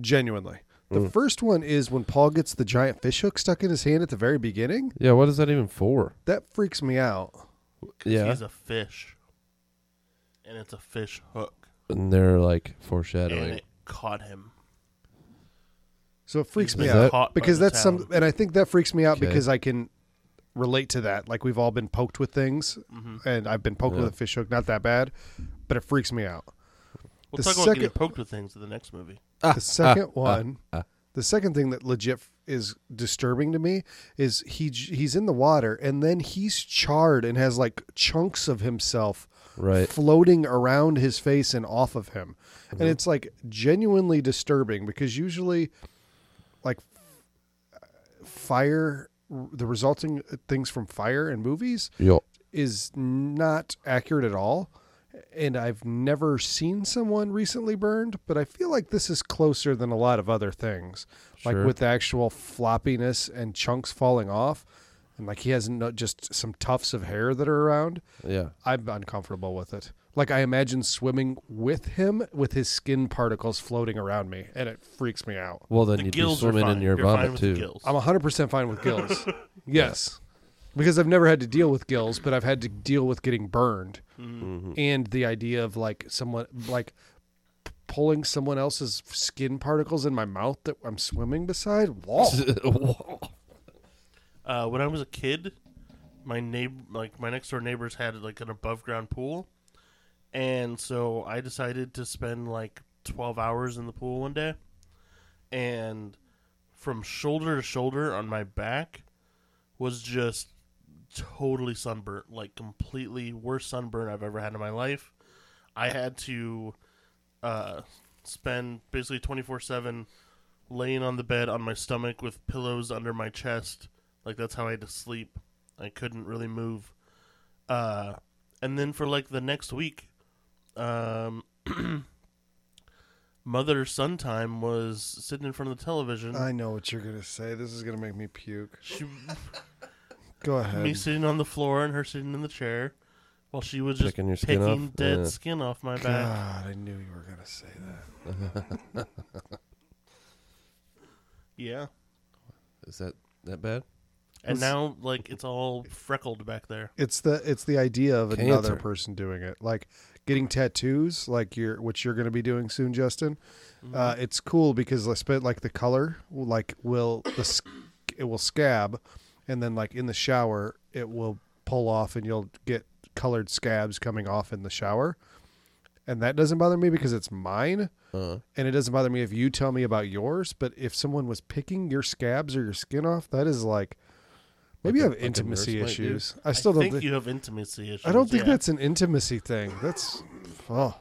Genuinely, the Mm. first one is when Paul gets the giant fish hook stuck in his hand at the very beginning. yeah, what is that even for? That freaks me out. Yeah, He's a fish, and it's a fish hook, and they're like and foreshadowing. it caught him. So it freaks He's me been caught out by because the that's some, town. and I think that freaks me out Okay. because I can relate to that. Like we've all been poked with things, and I've been poked Yeah. with a fish hook, not that bad, but it freaks me out. We'll The talk about getting second- poked with things in the next movie. the second one, the second thing that legit f- is disturbing to me is he j- he's in the water and then he's charred and has like chunks of himself Right. floating around his face and off of him, and it's like genuinely disturbing because usually, like f- fire, the resulting things from fire in movies Yo. is not accurate at all. And I've never seen someone recently burned, but I feel like this is closer than a lot of other things. Sure. Like with the actual floppiness and chunks falling off, and like he has no, just some tufts of hair that are around. Yeah. I'm uncomfortable with it. Like I imagine swimming with him with his skin particles floating around me, and it freaks me out. Well, then The you'd be gills are swimming fine. in your You're fine vomit with the too. gills. I'm 100% fine with gills. yes. Because I've never had to deal with gills, but I've had to deal with getting burned and the idea of like someone, like p- pulling someone else's skin particles in my mouth that I'm swimming beside. Whoa. Uh, when I was a kid, my neighbor, like my next door neighbors, had like an above ground pool, and so I decided to spend like twelve hours in the pool one day, and from shoulder to shoulder on my back was just totally sunburnt, like completely worst sunburn I've ever had in my life. I had to uh, spend basically twenty four seven laying on the bed on my stomach with pillows under my chest. Like that's how I had to sleep. I couldn't really move. Uh, and then for like the next week, um, mother son time was sitting in front of the television. I know what you're gonna say. This is gonna make me puke. she, Go ahead. me sitting on the floor and her sitting in the chair, while she was just Picking your skin picking off? dead Yeah. skin off my back. God, I knew you were gonna say that. Yeah. Is that that bad? And Let's- now, like, it's all freckled back there. It's the it's the idea of Cancer. another person doing it, like getting tattoos, like you're which you're gonna be doing soon, Justin. Uh, Mm-hmm. it's cool because I spent like the color, will, like will the sc- it will scab, and then like in the shower it will pull off, and you'll get colored scabs coming off in the shower, and that doesn't bother me because it's mine. Uh, and it doesn't bother me if you tell me about yours, but if someone was picking your scabs or your skin off, that is like maybe you Like a- have like a intimacy nurse might do. issues. I still don't think think you have intimacy issues. I don't think yeah. that's an intimacy thing. That's oh,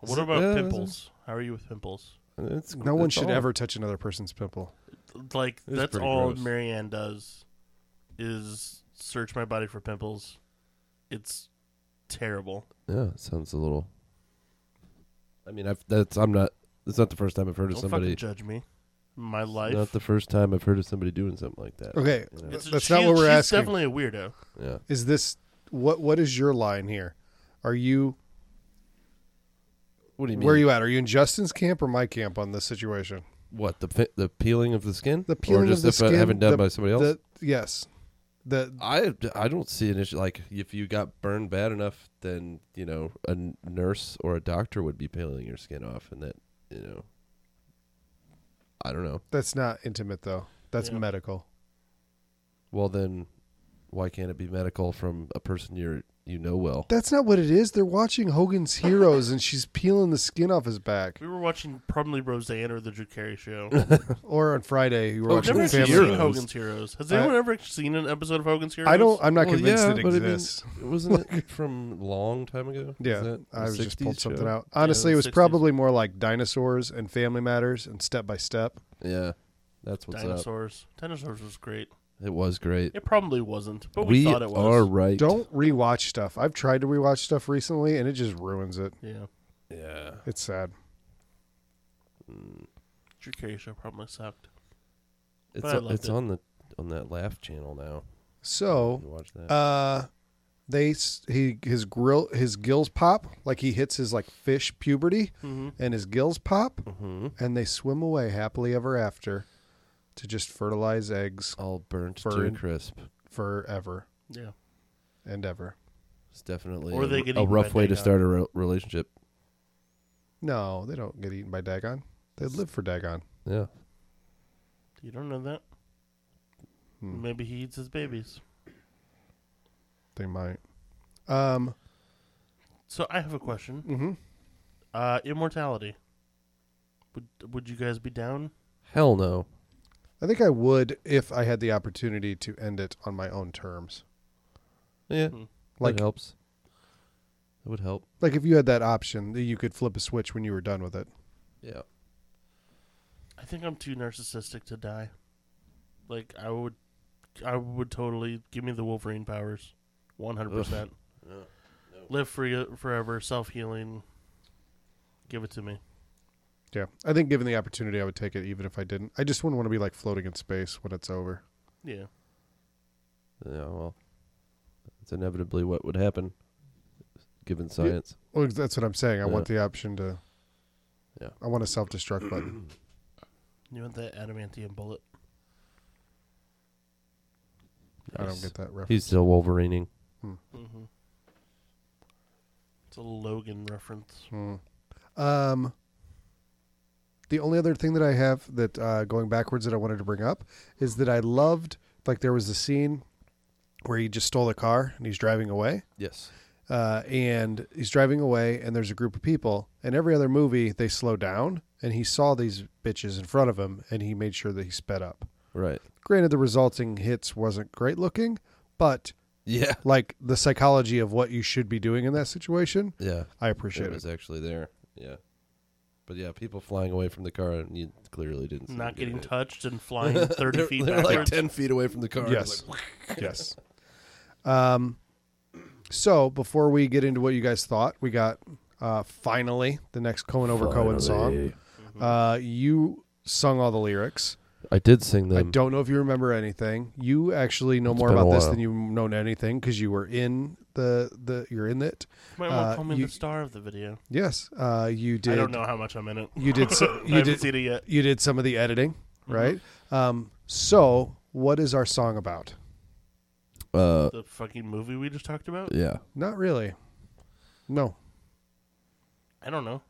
What about Yeah, that's- pimples? How are you with pimples? it's, no one it's should all- ever touch another person's pimple. Like, It's that's pretty all gross. Marianne does is search my body for pimples. It's terrible. Yeah, it sounds a little. I mean, I've that's I'm not. It's not the first time I've heard of Don't somebody. fucking judge me. My life. Not the first time I've heard of somebody doing something like that. Okay, You know, It's- That's not what we're she's asking. definitely a weirdo. yeah. is this what what is your line here? Are you What do you mean? where are you at? Are you in Justin's camp or my camp on this situation? What the fi- the peeling of the skin? The peeling or just of the if skin, I haven't done the- by somebody else. The, yes, the I I don't see an issue. Like if you got burned bad enough, then you know a n- nurse or a doctor would be peeling your skin off, and that you know. I don't know. that's not intimate though. That's Yeah. medical. Well, then, why can't it be medical from a person you you know well? That's not what it is. They're watching Hogan's Heroes and she's peeling the skin off his back. We were watching probably Roseanne or the Drew Carey show. Or on Friday, you were Oh, I've watching never the actually Family. seen Heroes. Hogan's Heroes. Has I- anyone ever seen an episode of Hogan's Heroes? I don't. I'm not Well, convinced yeah, it but I mean, exists. wasn't it from a long time ago? Is yeah, that the I was just 60s pulled something show? out. Honestly, the it was 60s. probably more like dinosaurs and Family Matters and Step by Step. Yeah, that's what's up. Dinosaurs. Dinosaurs was great. It was great. It probably wasn't, but we, thought it was. are right. Don't rewatch stuff. I've tried to rewatch stuff recently and it just ruins it. Yeah. Yeah. Mm, It's sad. Drew Carey show probably sucked. It's But I loved it's it. on the on that Laugh channel now. So, You watch that. uh, they s- he his grill his gills pop like he hits his like fish puberty Mm-hmm. and his gills pop. hmm and they swim away happily ever after to just fertilize eggs All burnt to a Burn. crisp. forever Yeah. and ever. It's definitely Or a, they get a eaten rough by way to Dagon. start a re- relationship. No, they don't get eaten by Dagon. They live for Dagon. Yeah. You don't know that. Hmm. Maybe he eats his babies. They might. Um, So I have a question. Mm-hmm. mhm. Uh, immortality. Would would you guys be down? Hell no. I think I would if I had the opportunity to end it on my own terms. Yeah. Hmm. Like- Like helps. It would help. Like if you had that option, that you could flip a switch when you were done with it. Yeah. I think I'm too narcissistic to die. Like I would, I would totally give me the Wolverine powers, one hundred percent. No, no. Live free uh, forever, self healing. Give it to me. Yeah, I think given the opportunity, I would take it even if I didn't. I just wouldn't want to be like floating in space when it's over. Yeah. Yeah. Well, it's inevitably what would happen, given science. Well, that's what I'm saying. I want Yeah. the option to. Yeah. I want a self destruct button. You want that adamantium bullet? I don't Yes. get that reference. He's still Wolverining. Mm-hmm. It's a Logan reference. Hmm. Um, the only other thing that I have that uh, going backwards that I wanted to bring up is that I loved like there was a scene where he just stole a car and he's driving away, Yes. uh, and he's driving away, and there's a group of people. And every other movie they slow down, and he saw these bitches in front of him, and he made sure that he sped up. Right. Granted, the resulting hits wasn't great looking, but Yeah. like the psychology of what you should be doing in that situation, Yeah. I It appreciate it. was actually there. Yeah. But yeah, people flying away from the car and you clearly didn't see Not them getting hit. touched and flying 30 They're, feet they're like backwards. ten feet away from the car. Yes. Like, yes. Um, so before we get into what you guys thought, we got uh, finally the next Cohen over Cohen song. Finally. Uh, you sung all the lyrics. I did sing I them. don't know if you remember anything. You actually know It's more been a about this while. than you know anything because you were in the the you're in it. Might want uh, to call me you- the star of the video. Yes, uh, you did. I don't know how much I'm in it. You did so- you I haven't did- seen it yet. You did some of the editing, Mm-hmm. right? Um, so what is our song about? uh, The fucking movie we just talked about? yeah. Not really. No. I don't know.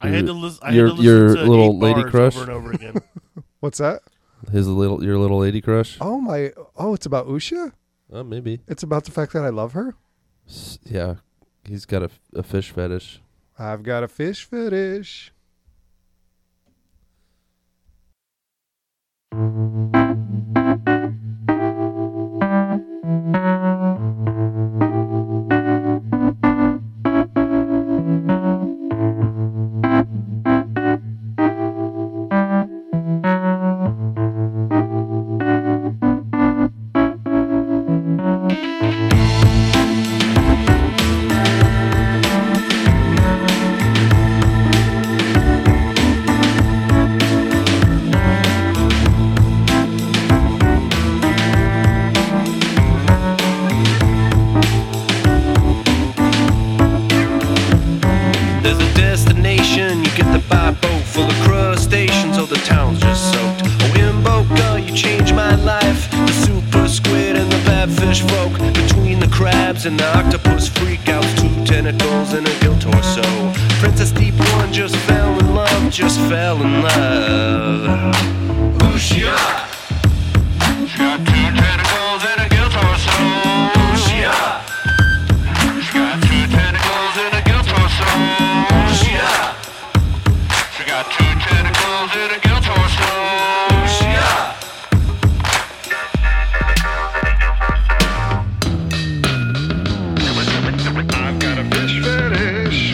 I had to, lis- I your- had to listen your to little eight lady bars crush? over and over again. What's that? His little, your little lady crush. Oh my! Oh, it's about Usha. Uh, maybe. It's about the fact that I love her. S- Yeah. He's got a, f- a fish fetish. I've got a fish fetish. There's a destination, you get the by boat full of crustaceans, oh the town's just soaked. Oh Imboca, you changed my life. The super squid and the babfish folk, between the crabs and the octopus freakouts, two tentacles and a gilt torso. Princess Deep One just fell in love, just fell in love. Lucia, she's got two tentacles and a gilt torso. Lucia. She got two tentacles and a guilt torso. Yeah. She got two tentacles and a guilt torso. Yeah. I've got a fish fetish.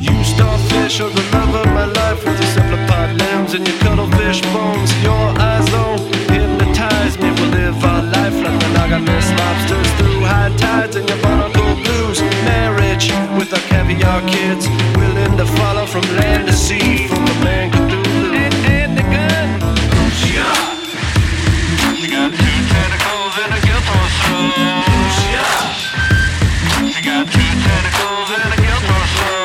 You starfish are the love of my life with your cephalopod limbs and your cuttlefish bones. Your eyes though hypnotize me. We'll live our life like monogamous lobsters through high tides and your barnacle blues. Marriage with our caviar kids, willing to follow from land to sea, from the man Cthulhu and, and the gun. Yeah. She got two tentacles and a guilt torso. Yeah. She got two tentacles and a guilt torso.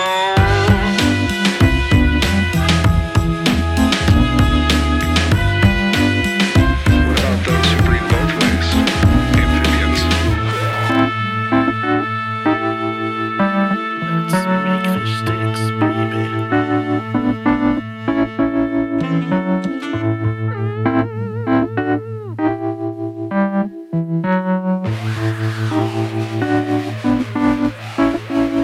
What about those who breathe both ways? Amphibians.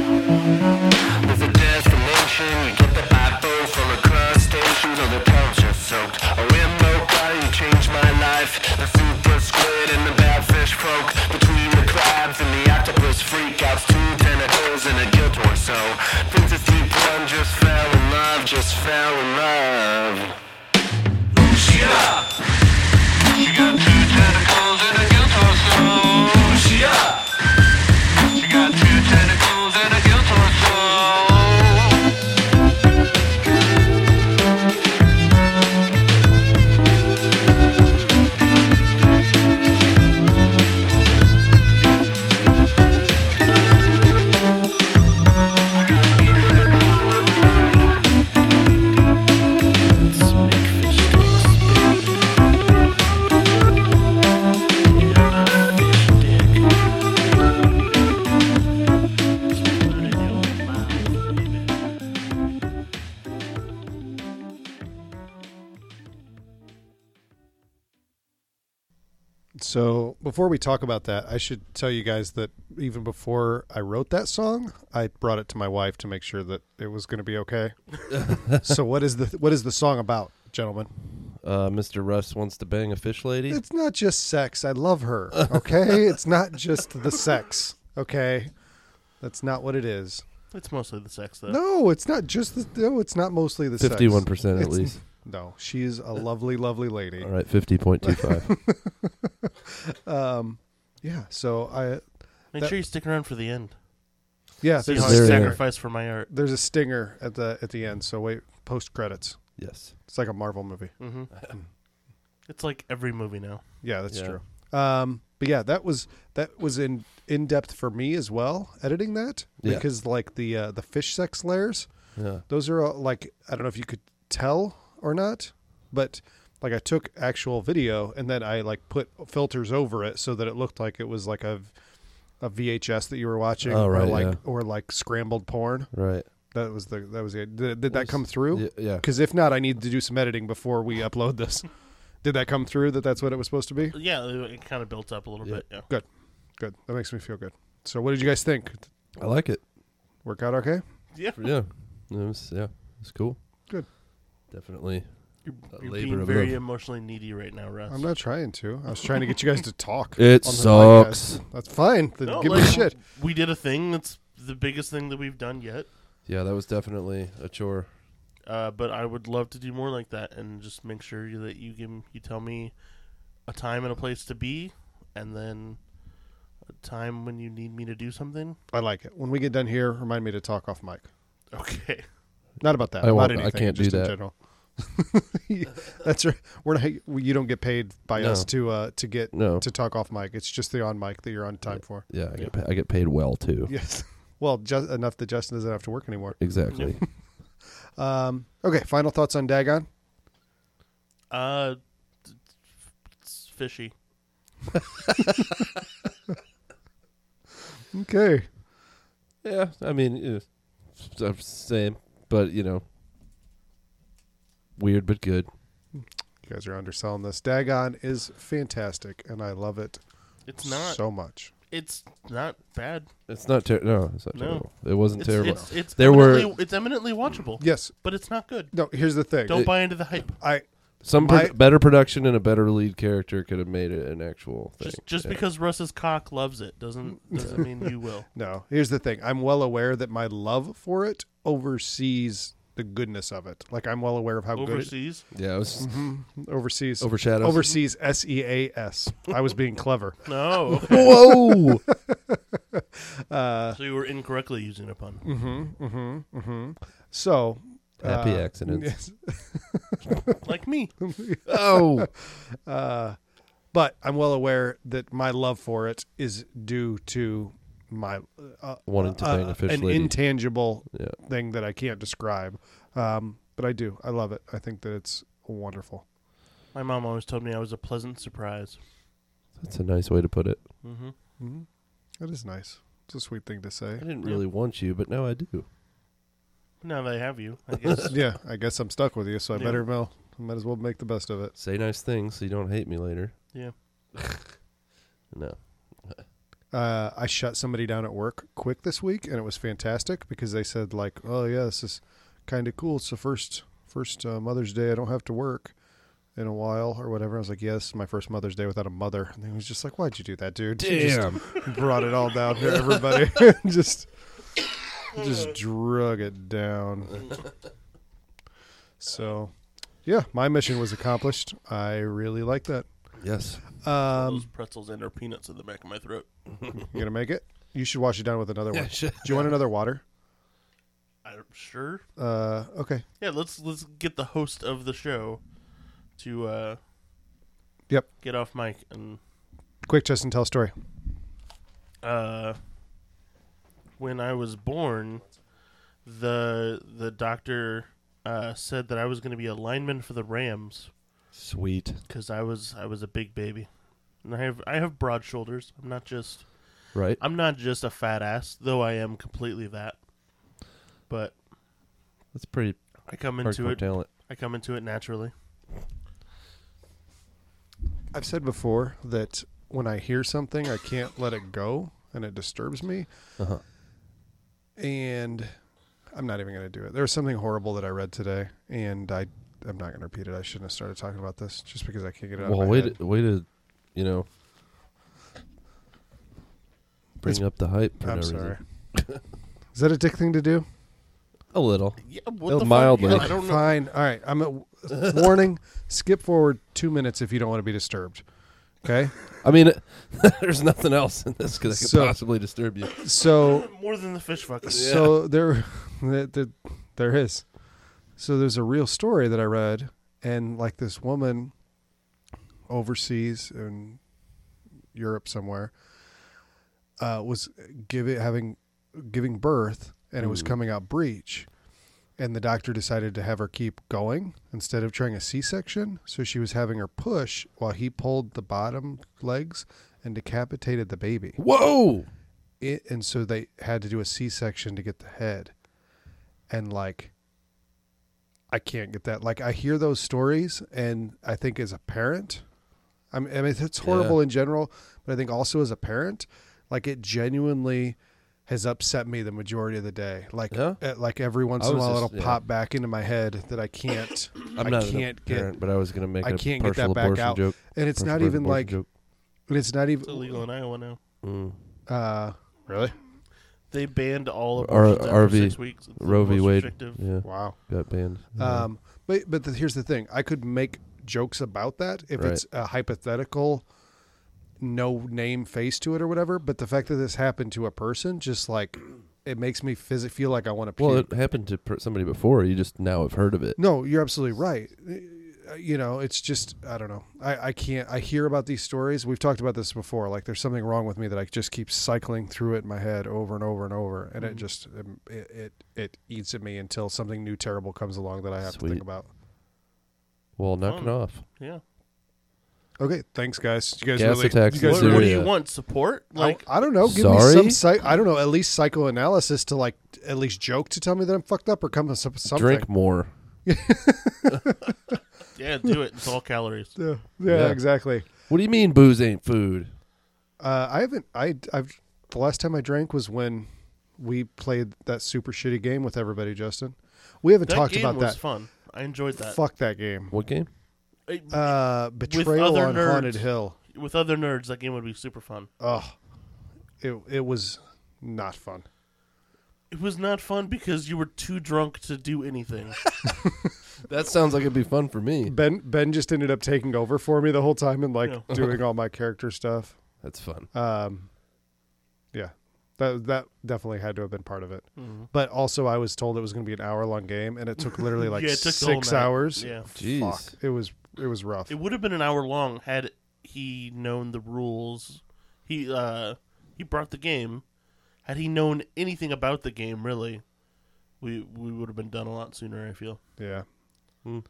There's a destination, you get the bipo full of crustaceans, or the culture soaked. A rainbow car, you changed my life. The super squid and the badfish folk. Between the crabs and the octopus freakouts, two tentacles and a gill torso. Princess Deep One just fell in love, just fell in love. Lucia! She got two tentacles and a gill torso. Lucia! She got two tentacles and a guilt torso. So before we talk about that, I should tell you guys that even before I wrote that song, I brought it to my wife to make sure that it was going to be okay. so what is the what is the song about, gentlemen? uh, Mr. Russ wants to bang a fish lady. It's not just sex. I love her. Okay? it's not just the sex. Okay? That's not what it is. It's mostly the sex, though. No, it's not just the no, it's not mostly the sex. Fifty-one percent at It's- least. No, she's a lovely, lovely lady. All right, fifty point two five. Yeah, so I Make That- sure you stick around for the end. yeah, See there's how a I There it stinger. sacrifice for my art. There's a stinger at the at the end. So wait, post credits. Yes. It's like a Marvel movie. hmm it's like every movie now. Yeah, that's Yeah. true. Um, but yeah, that was that was in in depth for me as well. Editing that Yeah. because like the uh, the fish sex layers, Yeah. those are all, like I don't know if you could tell or not, but like I took actual video and then I like put filters over it so that it looked like it was like a a VHS that you were watching Oh, or right, like yeah. or like scrambled porn. Right. That was the that was the did, did that come through? Y- yeah. Because if not, I need to do some editing before we upload this. Did that come through? That that's what it was supposed to be. Yeah, it, it kind of built up a little Yeah. bit. Yeah. Good, good. That makes me feel good. So, what did you guys think? I like it. Work out okay? Yeah. Yeah. It was, yeah. It's cool. Good. Definitely. You're, A you're labor being of very love. emotionally needy right now, Russ. I'm not trying to. I was trying to get you guys to talk. It on the sucks. podcast. That's fine. Then No, give me like, shit. We did a thing that's the biggest thing that we've done yet. Yeah, that was definitely a chore. Uh, but I would love to do more like that, and just make sure you- that you give m- you tell me a time and a place to be, and then a time when you need me to do something. I like it. When we get done here, remind me to talk off mic. Okay. Not about that. I about won't. I anything. can't do just in that. general. that's right. We're not. You don't get paid by No. us to uh to get No. to talk off mic. It's just the on mic that you're on time for. Yeah, I Yeah. get pa- I get paid well too. Yes. Well, just enough that Justin doesn't have to work anymore. Exactly. Um, okay. Final thoughts on Dagon. Uh, t- t- it's fishy. Okay. Yeah, I mean, eh, s- same, but you know, weird but good. You guys are underselling this. Dagon is fantastic, and I love it It's not. so much. it's not bad. It's not ter- no, it's not No. terrible. It wasn't It's, terrible. It's, it's There were- eminently- It's eminently watchable. Yes. But it's not good. No. Here's the thing. Don't It- buy into the hype. I Some pro- my- better production and a better lead character could have made it an actual thing. Just just Yeah. because Russ's cock loves it doesn't doesn't mean you will. no. Here's the thing. I'm well aware that my love for it oversees the goodness of it. Like I'm well aware of how good Overseas, yeah, it was mm-hmm. it oversees overshadowed. oversees S E A S. I was being clever. no. Whoa! so you were incorrectly using a pun. Mm-hmm, So Happy uh, accidents. yes. Mm. like me. Oh, Uh, but I'm well aware that my love for it is due to my uh, wanting to bang uh, a fish an lady. intangible Yeah. thing that I can't describe. Um, but I do. I love it. I think that it's wonderful. My mom always told me I was a pleasant surprise. That's a nice way to put it. Mm-hmm. That is nice. It's a sweet thing to I say. didn't Yeah. really want you, but now I do. Now that I have you, I guess. yeah, I guess I'm stuck with you, so I Yeah. better well, I might as well make the best of it. Say nice things so you don't hate me later. yeah. No. Uh, I shut somebody down at work quick this week, and it was fantastic because they said like, "Oh yeah, this is kind of cool. It's the first first uh, Mother's Day I don't have to work in a while or whatever." I was like, "Yes, my first Mother's Day without a mother." And they was just like, "Why'd you do that, dude?" You just brought it all down to everybody. just just drug it down. So, yeah, my mission was accomplished. I really like that. Yes. Um, Those pretzels and or peanuts in the back of my throat. you gonna make it? You should wash it down with another one. sure. Do you want another water? I'm sure. Uh, okay. Yeah, let's let's get the host of the show to uh Yep. get off mic and Quick, Justin, tell a story. uh, when I was born, the the doctor uh, said that I was going to be a lineman for the Rams Sweet. because I was I was a big baby, and I have I have broad shoulders. I'm not just Right. I'm not just a fat ass, though I am completely that. But That's pretty I come into hardcore it talent. I come into it naturally. I've said before that when I hear something, I can't let it go, and it disturbs me. Uh-huh. And I'm not even going to do it. There was something horrible that I read today, and I I'm not going to repeat it. I shouldn't have started talking about this just because I can't get it out. Well, of my way head. to, way to, you know, bring It's- up the hype. For I'm no sorry. Reason. Is that a dick thing to do? A little. Yeah, Oh, what the mildly. Fuck? Yeah, I don't know. Fine. All right. I'm at warning. Skip forward two minutes if you don't want to be disturbed. Okay. I mean, there's nothing else in this because it could So- possibly disturb you. So More than the fish fucking. so there, there, there- there is. So there's a real story that I read, and like this woman overseas in Europe somewhere uh, was giving having giving birth, and it was coming out breech, and the doctor decided to have her keep going instead of trying a C-section. So she was having her push while he pulled the bottom legs and decapitated the baby Whoa! it, and so they had to do a C-section to get the head. And like I can't get that. Like I hear those stories and I think as a parent, I mean, I mean it's horrible in general, but I think also as a parent, like it genuinely has upset me the majority of the day. Like Yeah? eh, like every once I in a was while just- it'll yeah. pop back into my head that I can't I'm I not can't a get- parent, but I was gonna make I a can't get partial that back abortion out. joke. And it's Partial not birth even abortion like joke. it's not It's even illegal in Iowa now. Mm. uh really? They banned all R- abortions after RV six weeks. It's the Roe v. most Wade. restrictive. Yeah, Wow. got banned. Yeah. Um, but but the, here's the thing: I could make jokes about that if Right. it's a hypothetical, no name face to it or whatever. But the fact that this happened to a person, just like it makes me phys- feel like I want to puke. well, it happened to per- somebody before. You just now have heard of it. no, you're absolutely right. Uh, You know, it's just I don't know. I I can't. I hear about these stories. We've talked about this before. Like there's something wrong with me that I just keep cycling through it in my head over and over and over, and Mm-hmm. it just um, it, it it eats at me until something new terrible comes along that I have to Sweet. think about. Well, knock it um, Oh. off. Yeah. Okay, thanks, guys. You guys Gas really, attacks You What, guys in what do Syria. you want? Support? Like, I, I don't know. Give Sorry? me some. Psych, I don't know. At least psychoanalysis to like at least joke to tell me that I'm fucked up or come up with something. Drink more. yeah, do it. It's all calories. Yeah, Yeah. exactly. What do you mean booze ain't food? Uh, I haven't. I I've the last time I drank was when we played that super shitty game with everybody. Justin, we haven't That talked game about was that. fun. I enjoyed that. Fuck that game. What game? It- Uh, betrayal other on nerds. haunted hill. With other nerds, that game would be super fun. Oh, it it was not fun. It was not fun because you were too drunk to do anything. That sounds like it'd be fun for me. Ben Ben just ended up taking over for me the whole time and like Yeah. doing all my character stuff. That's fun. Um, yeah, that that definitely had to have been part of it. Mm-hmm. But also, I was told it was going to be an hour long game, and it took literally like Yeah, it took the whole six night. hours. Yeah. Jeez. Fuck, it was it was rough. It would have been an hour long had he known the rules. He uh he brought the game. Had he known anything about the game, really, we we would have been done a lot sooner. I feel. yeah, Mm.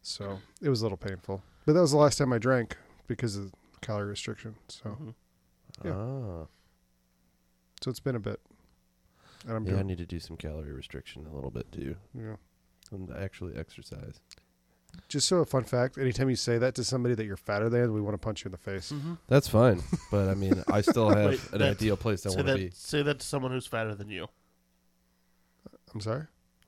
so it was a little painful. But that was the last time I drank because of calorie restriction. So Mm-hmm. Yeah. Ah. so it's been a bit. And I'm Yeah, I doing, need to do some calorie restriction a little bit too. yeah. And actually exercise. Just so a fun fact: anytime you say that to somebody that you're fatter than, we want to punch you in the face. Mm. That's fine. But I mean, I still have Wait, an that's- ideal place I say want that to be. say that to someone who's fatter than you. I'm sorry. You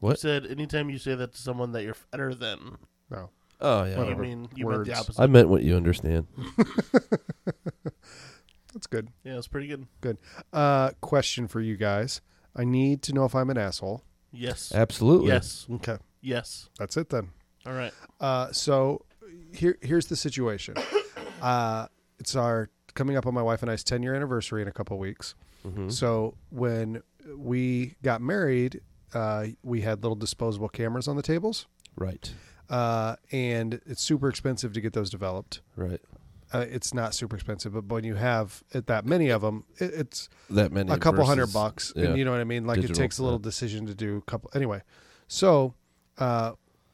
What? said anytime you say that to someone that you're fatter than, No. Oh, yeah. you Whatever. mean you meant Words. the opposite. I meant what you understand. That's good. yeah, it's pretty good. Good. Uh, question for you guys. I need to know if I'm an asshole. Yes. Absolutely. Yes. Okay. Yes. That's it then. All right. Uh, so here, here's the situation. Uh, it's our coming up on my wife and I's 10 year anniversary in a couple weeks. So when we got married, uh, we had little disposable cameras on the tables, Right. uh, and it's super expensive to get those developed. Right. Uh, it's not super expensive, but when you have it, that many of them, it, it's That many. a couple hundred versus- bucks Yeah. and you know what i mean like it Digital takes a little stuff. decision to do a couple anyway so uh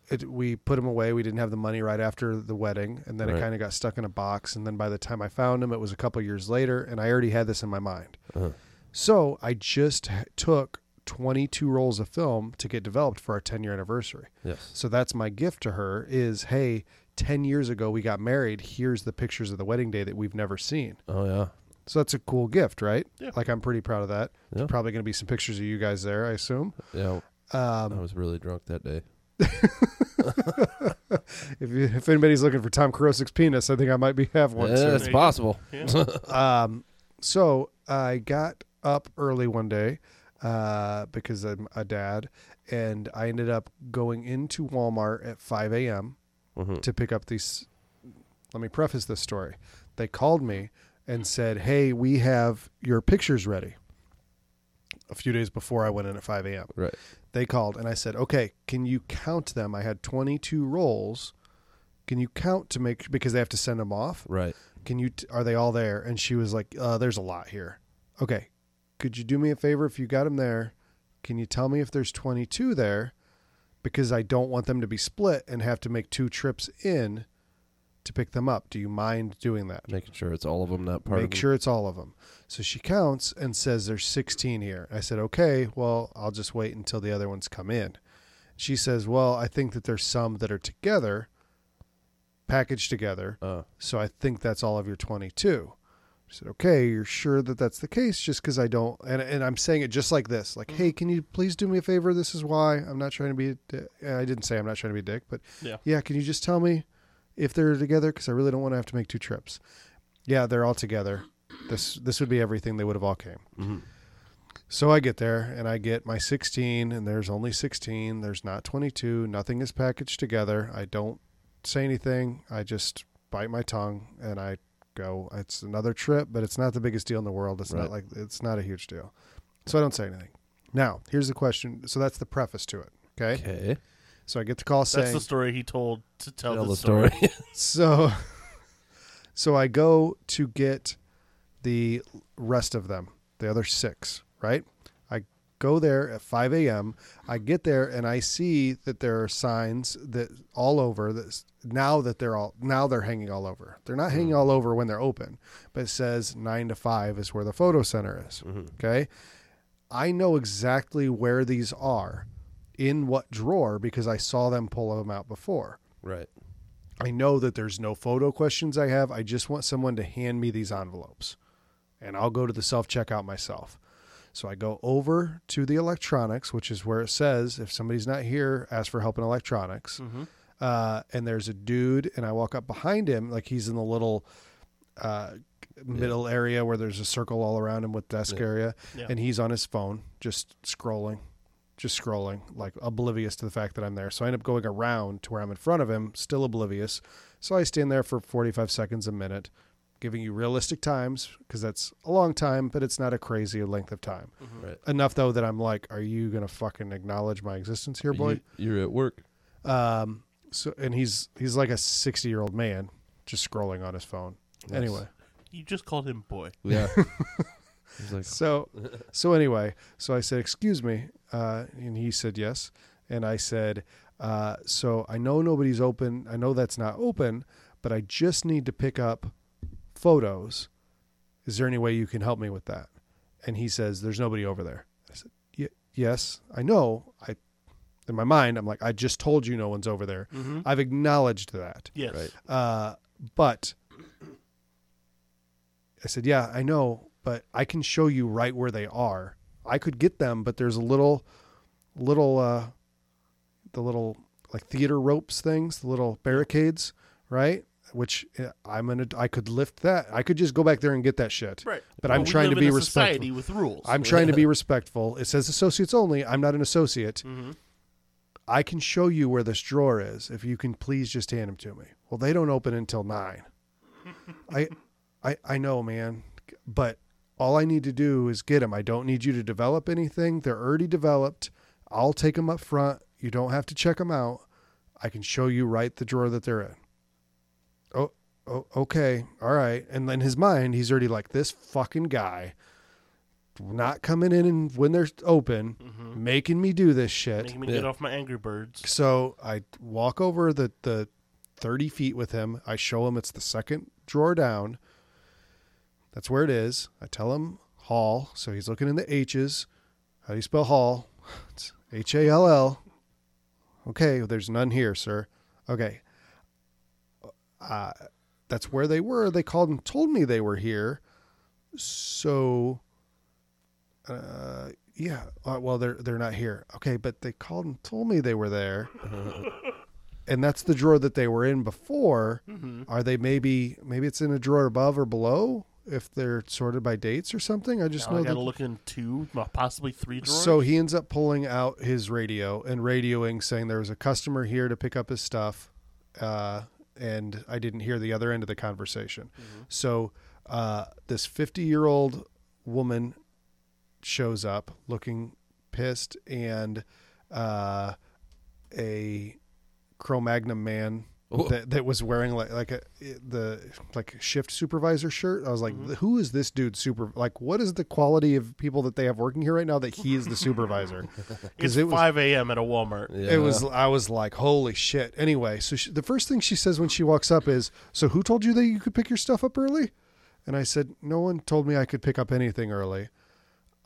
it, we put them away we didn't have the money right after the wedding and then it Right. kind of got stuck in a box and then by the time i found them it was a couple years later and i already had this in my mind Uh-huh. so i just h- took 22 rolls of film to get developed for our 10 year anniversary Yes. so that's my gift to her is hey 10 years ago we got married here's the pictures of the wedding day that we've never seen Oh, yeah. so that's a cool gift, right? Yeah. Like I'm pretty proud of that. Yeah. There's probably going to be some pictures of you guys there, I assume. Yeah. I Um, was really drunk that day. if, you- if anybody's looking for Tom Karosic's penis, I think I might be have one. Yeah, soon. it's possible. Yeah. Um, so I got up early one day uh, because I'm a dad, and I ended up going into Walmart at 5 a.m. Mhm. to pick up these. Let me preface this story. They called me and said, "Hey, we have your pictures ready." A few days before I went in at 5 a.m Right. they called and I said, "Okay, can you count them? I had 22 rolls. Can you count to make because they have to send them off? Right. Can you t- are they all there?" And she was like, uh, "There's a lot here." Okay, could you do me a favor if you got them there? Can you tell me if there's 22 there? Because I don't want them to be split and have to make two trips in to pick them up. Do you mind doing that? Making sure it's all of them, not part make of them. sure it's all of them. So she counts and says there's 16 here. I said, okay, well, I'll just wait until the other ones come in. She says, well, I think that there's some that are together, packaged together. Uh, So I think that's all of your 22. I said, okay, you're sure that that's the case just because I don't. And, and I'm saying it just like this like, hey, can you please do me a favor? This is why I'm not trying to be a dick. And I didn't say I'm not trying to be a dick, but Yeah. yeah, can you just tell me if they're together? Because I really don't want to have to make two trips. Yeah, they're all together. This this would be everything. They would have all came. Mm-hmm. So I get there and I get my 16, and there's only 16. There's not 22. Nothing is packaged together. I don't say anything. I just bite my tongue and I go. It's another trip, but it's not the biggest deal in the world. It's Right. not like it's not a huge deal. So I don't say anything. Now here's the question. So that's the preface to it. Okay. okay. So I get the call saying That's the story he told to tell, Tell the, the story. story. so so i go to get the rest of them the other six right i go there at 5 a.m i get there and i see that there are signs that all over this now that they're all now they're hanging all over they're not hanging all over when they're open but it says 9 to 5 is where the photo center is okay i know exactly where these are in what drawer because i saw them pull them out before right. I know that there's no photo questions I have. I just want someone to hand me these envelopes and I'll go to the self checkout myself. So I go over to the electronics, which is where it says if somebody's not here, ask for help in electronics. Uh, and there's a dude, and I walk up behind him, like he's in the little uh, middle area where there's a circle all around him with desk area, Yeah. and he's on his phone, just scrolling, just scrolling, like oblivious to the fact that I'm there. So I end up going around to where I'm in front of him, still oblivious. So I stand there for 45 seconds, a minute, giving you realistic times because that's a long time, but it's not a crazy length of time. Right. Enough though that I'm like, are you gonna fucking acknowledge my existence here, boy? You, are at work. Um, so and he's he's like a 60 year old man just scrolling on his phone. Nice. Anyway, You just called him boy. Yeah. He's like, So, so anyway, so I said, "Excuse me," uh, and he said, "Yes," and I said, uh, "So I know nobody's open. I know that's not open, but I just need to pick up photos. Is there any way you can help me with that?" And he says, "There's nobody over there." I said, y- "Yes, I know. I, in my mind, I'm like, I just told you no one's over there. I've acknowledged that." Yes. Right. Uh, but I said, yeah, I know, but I can show you right where they are. I could get them, but there's a little, little, uh, the little like theater ropes things, the little barricades, right? Which uh, I'm gonna, I could lift that. I could just go back there and get that shit. Right. But I'm we trying to live be in a respectful. Society with rules. I'm trying to be respectful. It says associates only. I'm not an associate. I can show you where this drawer is if you can please just hand them to me. Well, they don't open until nine. I, I, I know, man, but all I need to do is get them. I don't need you to develop anything. They're already developed. I'll take them up front. You don't have to check them out. I can show you right the drawer that they're in. Oh, oh okay. All right. And in his mind, he's already like, this fucking guy not coming in and when they're open, making me do this shit. Mm-hmm. Making me Yeah. get off my Angry Birds. So I walk over the, the 30 feet with him. I show him it's the second drawer down. That's where it is. I tell him Hall. So he's looking in the H's. How do you spell Hall? It's H A L L. Okay, there's none here, sir. Okay. Uh, that's where they were. They called and told me they were here. So, uh, yeah. Uh, well, they're they're not here. Okay, but they called and told me they were there and that's the drawer that they were in before. Are they maybe maybe it's in a drawer above or below if they're sorted by dates or something? I just Now I know gotta that. look in two, mo- possibly three drawers. So he ends up pulling out his radio and radioing, saying there was a customer here to pick up his stuff, uh, and I didn't hear the other end of the conversation. So uh, this fifty-year-old woman shows up looking pissed, and uh, a Cro-Magnon man. Oh. That, that was wearing like like a the like shift supervisor shirt. I was like, "Who is this dude? Super like what is the quality of people that they have working here right now that he is the supervisor? it's Because it was 5 a.m. at a Walmart. Yeah. it was I was like, holy shit. Anyway, so she, the first thing she says when she walks up is, "So who told you that you could pick your stuff up early?" And I said, "No one told me I could pick up anything early.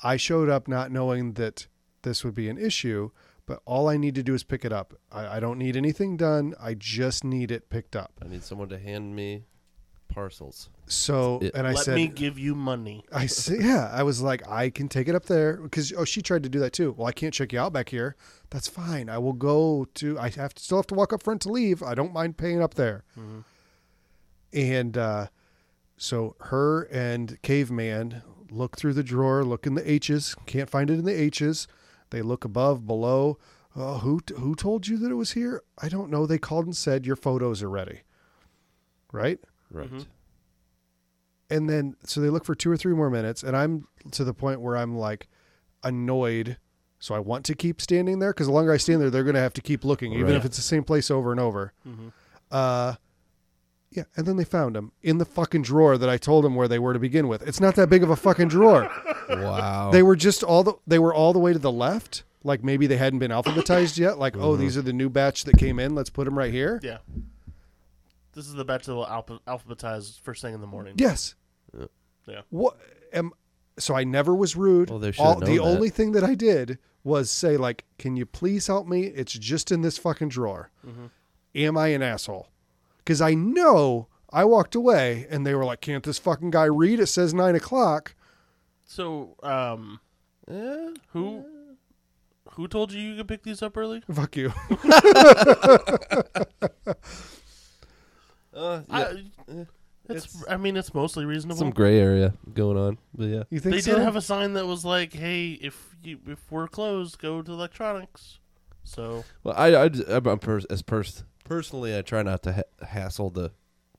I showed up not knowing that this would be an issue, but all I need to do is pick it up. I, I don't need anything done. I just need it picked up." I need someone to hand me parcels. So, It- and I Let said, me give you money. I see. Yeah, I was like, I can take it up there because oh, she tried to do that too. Well, I can't check you out back here. That's fine. I will go to. I have to still have to walk up front to leave. I don't mind paying up there. And uh, so her and caveman look through the drawer, look in the H's. Can't find it in the H's. They look above, below. Oh, who who told you that it was here? I don't know. They called and said your photos are ready. Right Right. Mm-hmm. and then so they look for two or three more minutes and i'm to the point where i'm like annoyed so i want to keep standing there because the longer i stand there they're going to have to keep looking even Right. if it's the same place over and over uh, yeah and then they found him in the fucking drawer that i told them where they were to begin with it's not that big of a fucking drawer Wow. they were just all the they were all the way to the left like maybe they hadn't been alphabetized yet like oh these are the new batch that came in let's put them right here Yeah. This is the batch that will alpha- alphabetize first thing in the morning. Yes. Yeah. What am so I never was rude. Well, they should All, have the known that. only thing that I did was say like, "Can you please help me? It's just in this fucking drawer." Mm-hmm. Am I an asshole? Because I know I walked away and they were like, "Can't this fucking guy read? It says nine o'clock." So, um, Yeah. who who told you you could pick these up early? Fuck you. Uh, yeah. I, it's, I mean, it's mostly reasonable. Some gray area going on, but yeah. You think they so? did have a sign that was like, "Hey, if you, if we're closed, go to electronics." So Well, I, I, I'm I'm pers- as pers- personally, I try not to ha- hassle the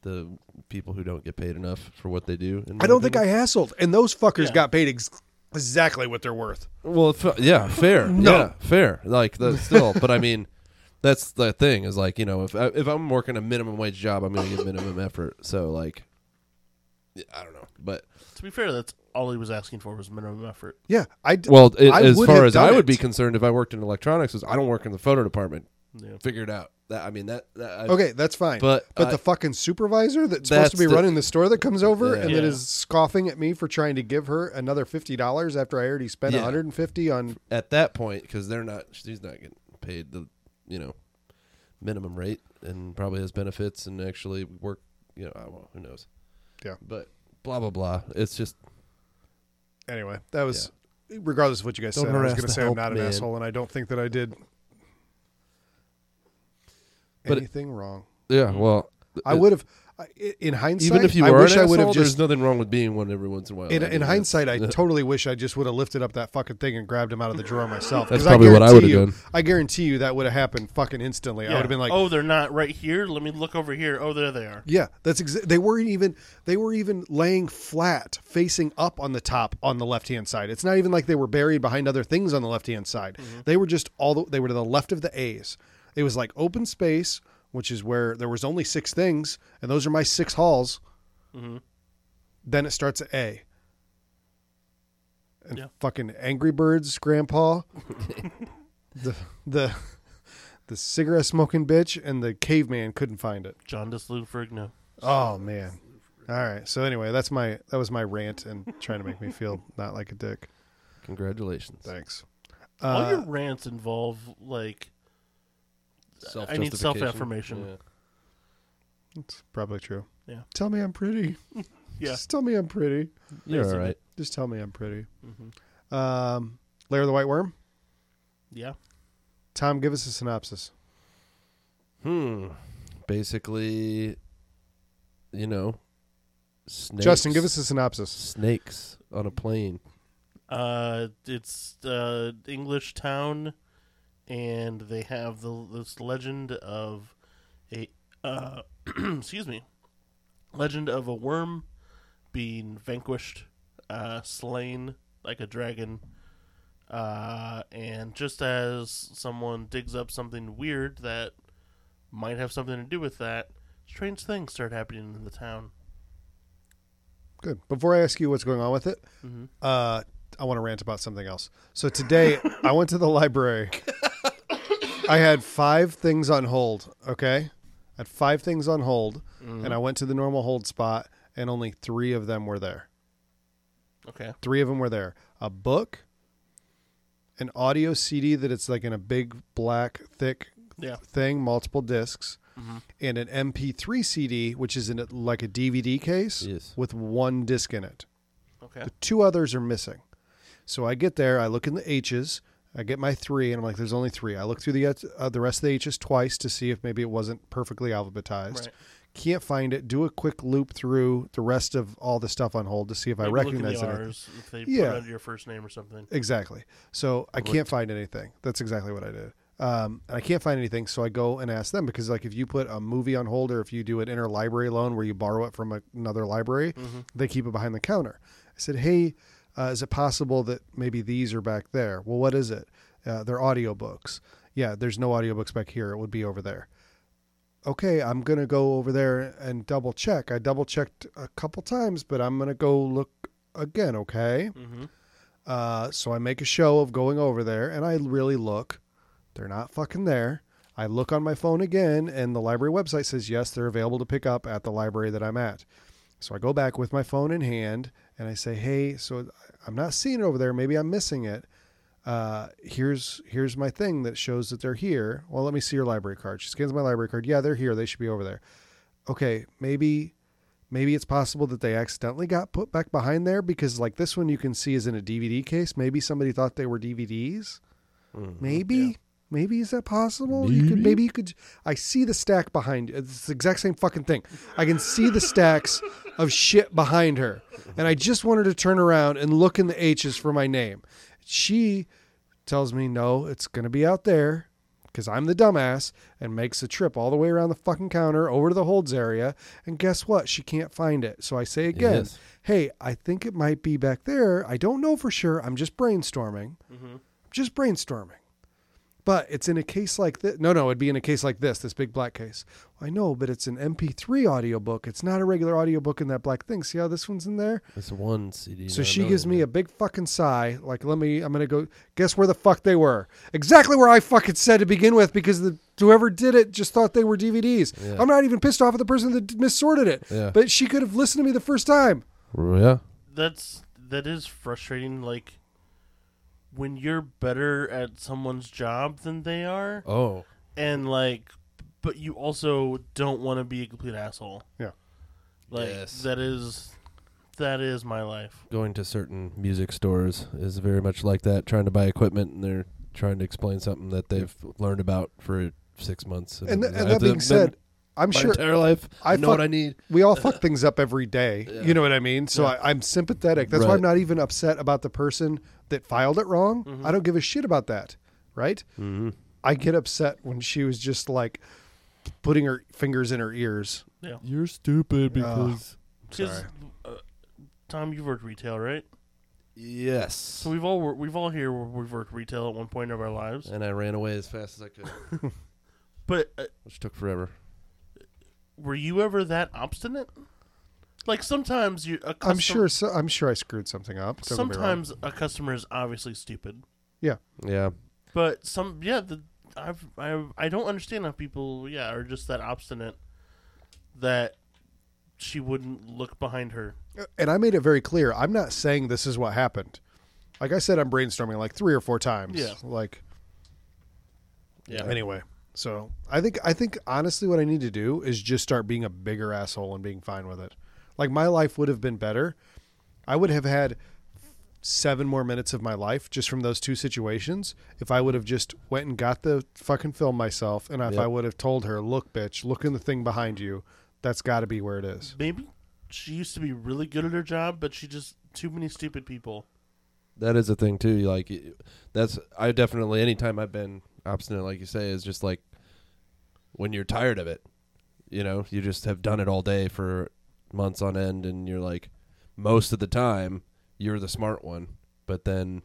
the people who don't get paid enough for what they do. in I my don't think I opinion. hassled, and those fuckers Yeah. got paid ex- exactly what they're worth. Well, f- yeah, fair. No. Yeah, fair. Like the still, but I mean, that's the thing is like you know if I, if I'm working a minimum wage job, I'm gonna get minimum effort. So like, yeah, I don't know, but to be fair, that's all he was asking for was minimum effort. Yeah, I d- well, it, I as would far have as done I would it. be concerned, if I worked in electronics, is I don't work in the photo department. Yeah. Figure it out. That I mean that. that I, Okay, that's fine. But but I- the fucking supervisor that's supposed to Uh, That's be the- running the store that comes over Yeah. and that Yeah. is scoffing at me for trying to give her another fifty dollars after I already spent Yeah. one hundred and fifty on. at that point because they're not she's not getting paid the you know minimum rate and probably has benefits and actually work you know I don't know, who knows Yeah. but blah blah blah it's just Anyway, that was regardless of what you guys Don't said. I was harass going to the say I'm help not an man. asshole, and I don't think that I did But it- anything wrong. yeah well Mm. I it- would have, in hindsight, even if you I are wish an I would have asshole, there's just. nothing wrong with being one every once in a while In, I mean, in hindsight, I that's- totally wish I just would have lifted up that fucking thing and grabbed him out of the drawer myself. That's 'Cause probably what I guarantee would've you- done. I guarantee you that would have happened fucking instantly. I Yeah. would have been like, "Oh, they're not right here. Let me look over here. Oh, there they are." Yeah, that's exa- they weren't even they were even laying flat facing up on the top on the left-hand side. It's not even like they were buried behind other things on the left-hand side. They were just all the, they were to the left of the A's. It was like open space, which is where there was only six things and those are my six halls. Then it starts at A. And Yeah. fucking Angry Birds grandpa. the the the cigarette smoking bitch and the caveman couldn't find it. John Deslufrigno. Oh man. All right. So anyway, that's my that was my rant and trying to make me feel not like a dick. congratulations Thanks. All your Uh, rants involve like I need Self-justification. self-affirmation. Yeah. it's probably true. Yeah. Tell me I'm pretty. yeah. Just tell me I'm pretty. you're all Basically. right Just tell me I'm pretty. Mm-hmm. Um, Lair of the White Worm. Yeah. Tom, give us a synopsis. Hmm. Basically, you know, snakes. Justin, give us a synopsis. snakes on a plane. Uh, it's uh, English town, and they have the this legend of a uh, excuse me, legend of a worm being vanquished, uh, slain like a dragon, uh, and just as someone digs up something weird that might have something to do with that, strange things start happening in the town. Good. Before I ask you what's going on with it, uh, I want to rant about something else. So today I went to the library. I had five things on hold. Okay, I had five things on hold, and I went to the normal hold spot, and only three of them were there. Okay. Three of them were there: a book, an audio CD that it's like in a big black thick Yeah. thing, multiple discs, and an MP3 CD, which is in a, like a DVD case Yes. with one disc in it. Okay. The two others are missing. So I get there, I look in the H's, I get my three, and I'm like, there's only three. I look through the uh, the rest of the H's twice to see if maybe it wasn't perfectly alphabetized. Right. Can't find it. Do a quick loop through the rest of all the stuff on hold to see if I Maybe look in recognize the anything. R's if they Yeah. put under your first name or something. Exactly. So I can't find anything. That's exactly what I did. Um, and I can't find anything, so I go and ask them because, like, if you put a movie on hold or if you do an interlibrary loan where you borrow it from a- another library, they keep it behind the counter. I said, "Hey, uh, is it possible that maybe these are back there? Well, what is it? Uh, they're audiobooks. Yeah, there's no audiobooks back here. It would be over there." okay, I'm going to go over there and double check. I double checked a couple times, but I'm going to go look again, okay? Uh, so I make a show of going over there and I really look. They're not fucking there. I look on my phone again and the library website says, yes, they're available to pick up at the library that I'm at. So I go back with my phone in hand and I say, hey, so I'm not seeing it over there. Maybe I'm missing it uh, here's here's my thing that shows that they're here. Well, let me see your library card. She scans my library card. Yeah, they're here. They should be over there. Okay, maybe maybe it's possible that they accidentally got put back behind there because like this one you can see is in a DVD case. Maybe somebody thought they were DVDs. Maybe. Maybe is that possible? You could maybe you could I see the stack behind you. It's the exact same fucking thing. I can see the stacks of shit behind her. And I just wanted to turn around and look in the H's for my name. She tells me no, it's going to be out there because I'm the dumbass and makes a trip all the way around the fucking counter over to the holds area. And guess what? She can't find it. So I say again, Yes. hey, I think it might be back there. I don't know for sure. I'm just brainstorming. Just brainstorming. But it's in a case like this. No, no, it'd be in a case like this, this big black case. I know, but it's an MP3 audiobook. It's not a regular audiobook in that black thing. See how this one's in there? It's one CD. So she gives me a big fucking sigh, like, let me, I'm gonna go, guess where the fuck they were? Exactly where I fucking said to begin with, because the whoever did it just thought they were DVDs. Yeah. I'm not even pissed off at the person that missorted it, Yeah. but she could have listened to me the first time. Yeah. That's that is frustrating. Like when you're better at someone's job than they are, Oh. and like, but you also don't want to be a complete asshole. Yeah. Like Yes. that is that is my life. Going to certain music stores is very much like that. Trying to buy equipment and they're trying to explain something that they've learned about for six months. And, th- I and have that to being been said, I'm my sure entire life, I I know what fuck- I need. we all fuck things up every day. You know what I mean? So I, I'm sympathetic. That's why I'm Right. not even upset about the person that filed it wrong. Mm-hmm. I don't give a shit about that. Right? I get upset when she was just like putting her fingers in her ears. Yeah. You're stupid because. 'Cause, uh, Tom, you've worked retail, right? yes. So we've all wor- we've all here where we've worked retail at one point of our lives. and I ran away as fast as I could, But uh, which took forever. were you ever that obstinate? Like sometimes you. A custom- I'm sure. So, I'm sure I screwed something up. Don't get me wrong. Sometimes a customer is obviously stupid. yeah. Yeah. But some, yeah, the, I've, I've, I don't understand how people, yeah, are just that obstinate that she wouldn't look behind her. And I made it very clear. I'm not saying this is what happened. Like I said, I'm brainstorming like three or four times. Yeah. Like Yeah. Anyway, so I think I think honestly, what I need to do is just start being a bigger asshole and being fine with it. Like my life would have been better. I would have had seven more minutes of my life just from those two situations if I would have just went and got the fucking film myself and if Yep. I would have told her, look, bitch, look in the thing behind you. That's got to be where it is. Maybe she used to be really good at her job, but she just too many stupid people. That is a thing too. you Like y- that's I definitely anytime I've been obstinate, like you say, is just like when you're tired of it. You know, you just have done it all day for months on end, and you're like, most of the time, you're the smart one. But then,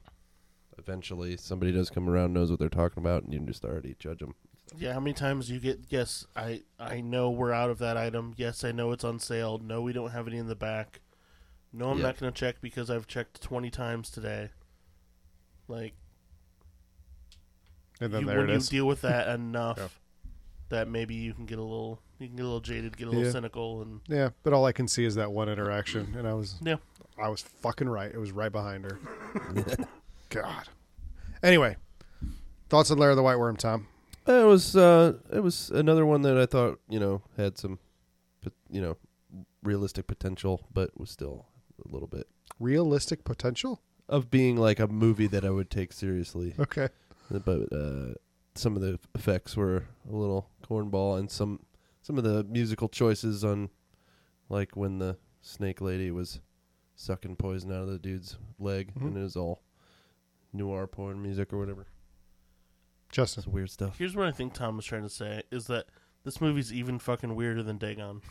eventually, somebody does come around, knows what they're talking about, and you can just already judge them. Yeah, how many times do you get? Yes, I I know we're out of that item. Yes, I know it's on sale. No, we don't have any in the back. No, I'm Yeah. not going to check because I've checked 20 times today. Like And then you, there when it you is. deal with that enough, Yeah. that maybe you can get a little you can get a little jaded, get a little Yeah. cynical, and yeah, but all I can see is that one interaction, and I was yeah. I was fucking right. It was right behind her. God. Anyway, thoughts on Lair of the White Worm, Tom? It was uh, it was another one that I thought you know had some, pot- you know, realistic potential, but was still a little bit Realistic potential? of being like a movie that I would take seriously. Okay. but uh, some of the effects were a little cornball, and some some of the musical choices on, like when the snake lady was sucking poison out of the dude's leg, Mhm. and it was all noir porn music or whatever. Justin. It's weird stuff. Here's what I think Tom was trying to say is that this movie's even fucking weirder than Dagon.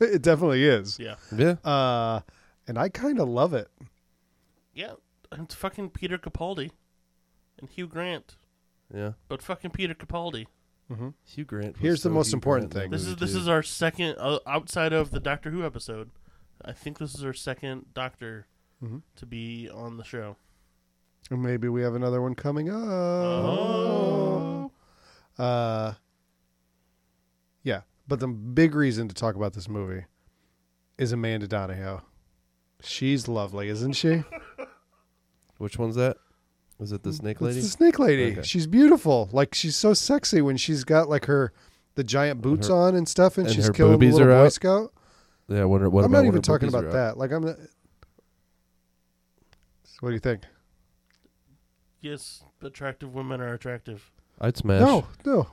it definitely is. yeah, Yeah, Uh, and I kind of love it. yeah, it's fucking Peter Capaldi and Hugh Grant, yeah. but fucking Peter Capaldi. Hugh Grant. was Here's the so most Hugh important Grant in that This is movie, this too. is our second uh, outside of the Doctor Who episode. I think this is our second Doctor Mhm. to be on the show. And maybe we have another one coming up. Oh. Oh. Uh, yeah. But the big reason to talk about this movie is Amanda Donohoe. She's lovely, isn't she? which one's that? Was it the snake It's lady? the snake lady. Okay. She's beautiful. Like she's so sexy when she's got like her the giant boots her- on and stuff, and, and she's her killing the boobies little are boy out? scout. Yeah, I wonder. What I'm about not when even her talking boobies are about out? that. Like I'm. Not, what do you think? Yes, attractive women are attractive. I'd smash. No, no.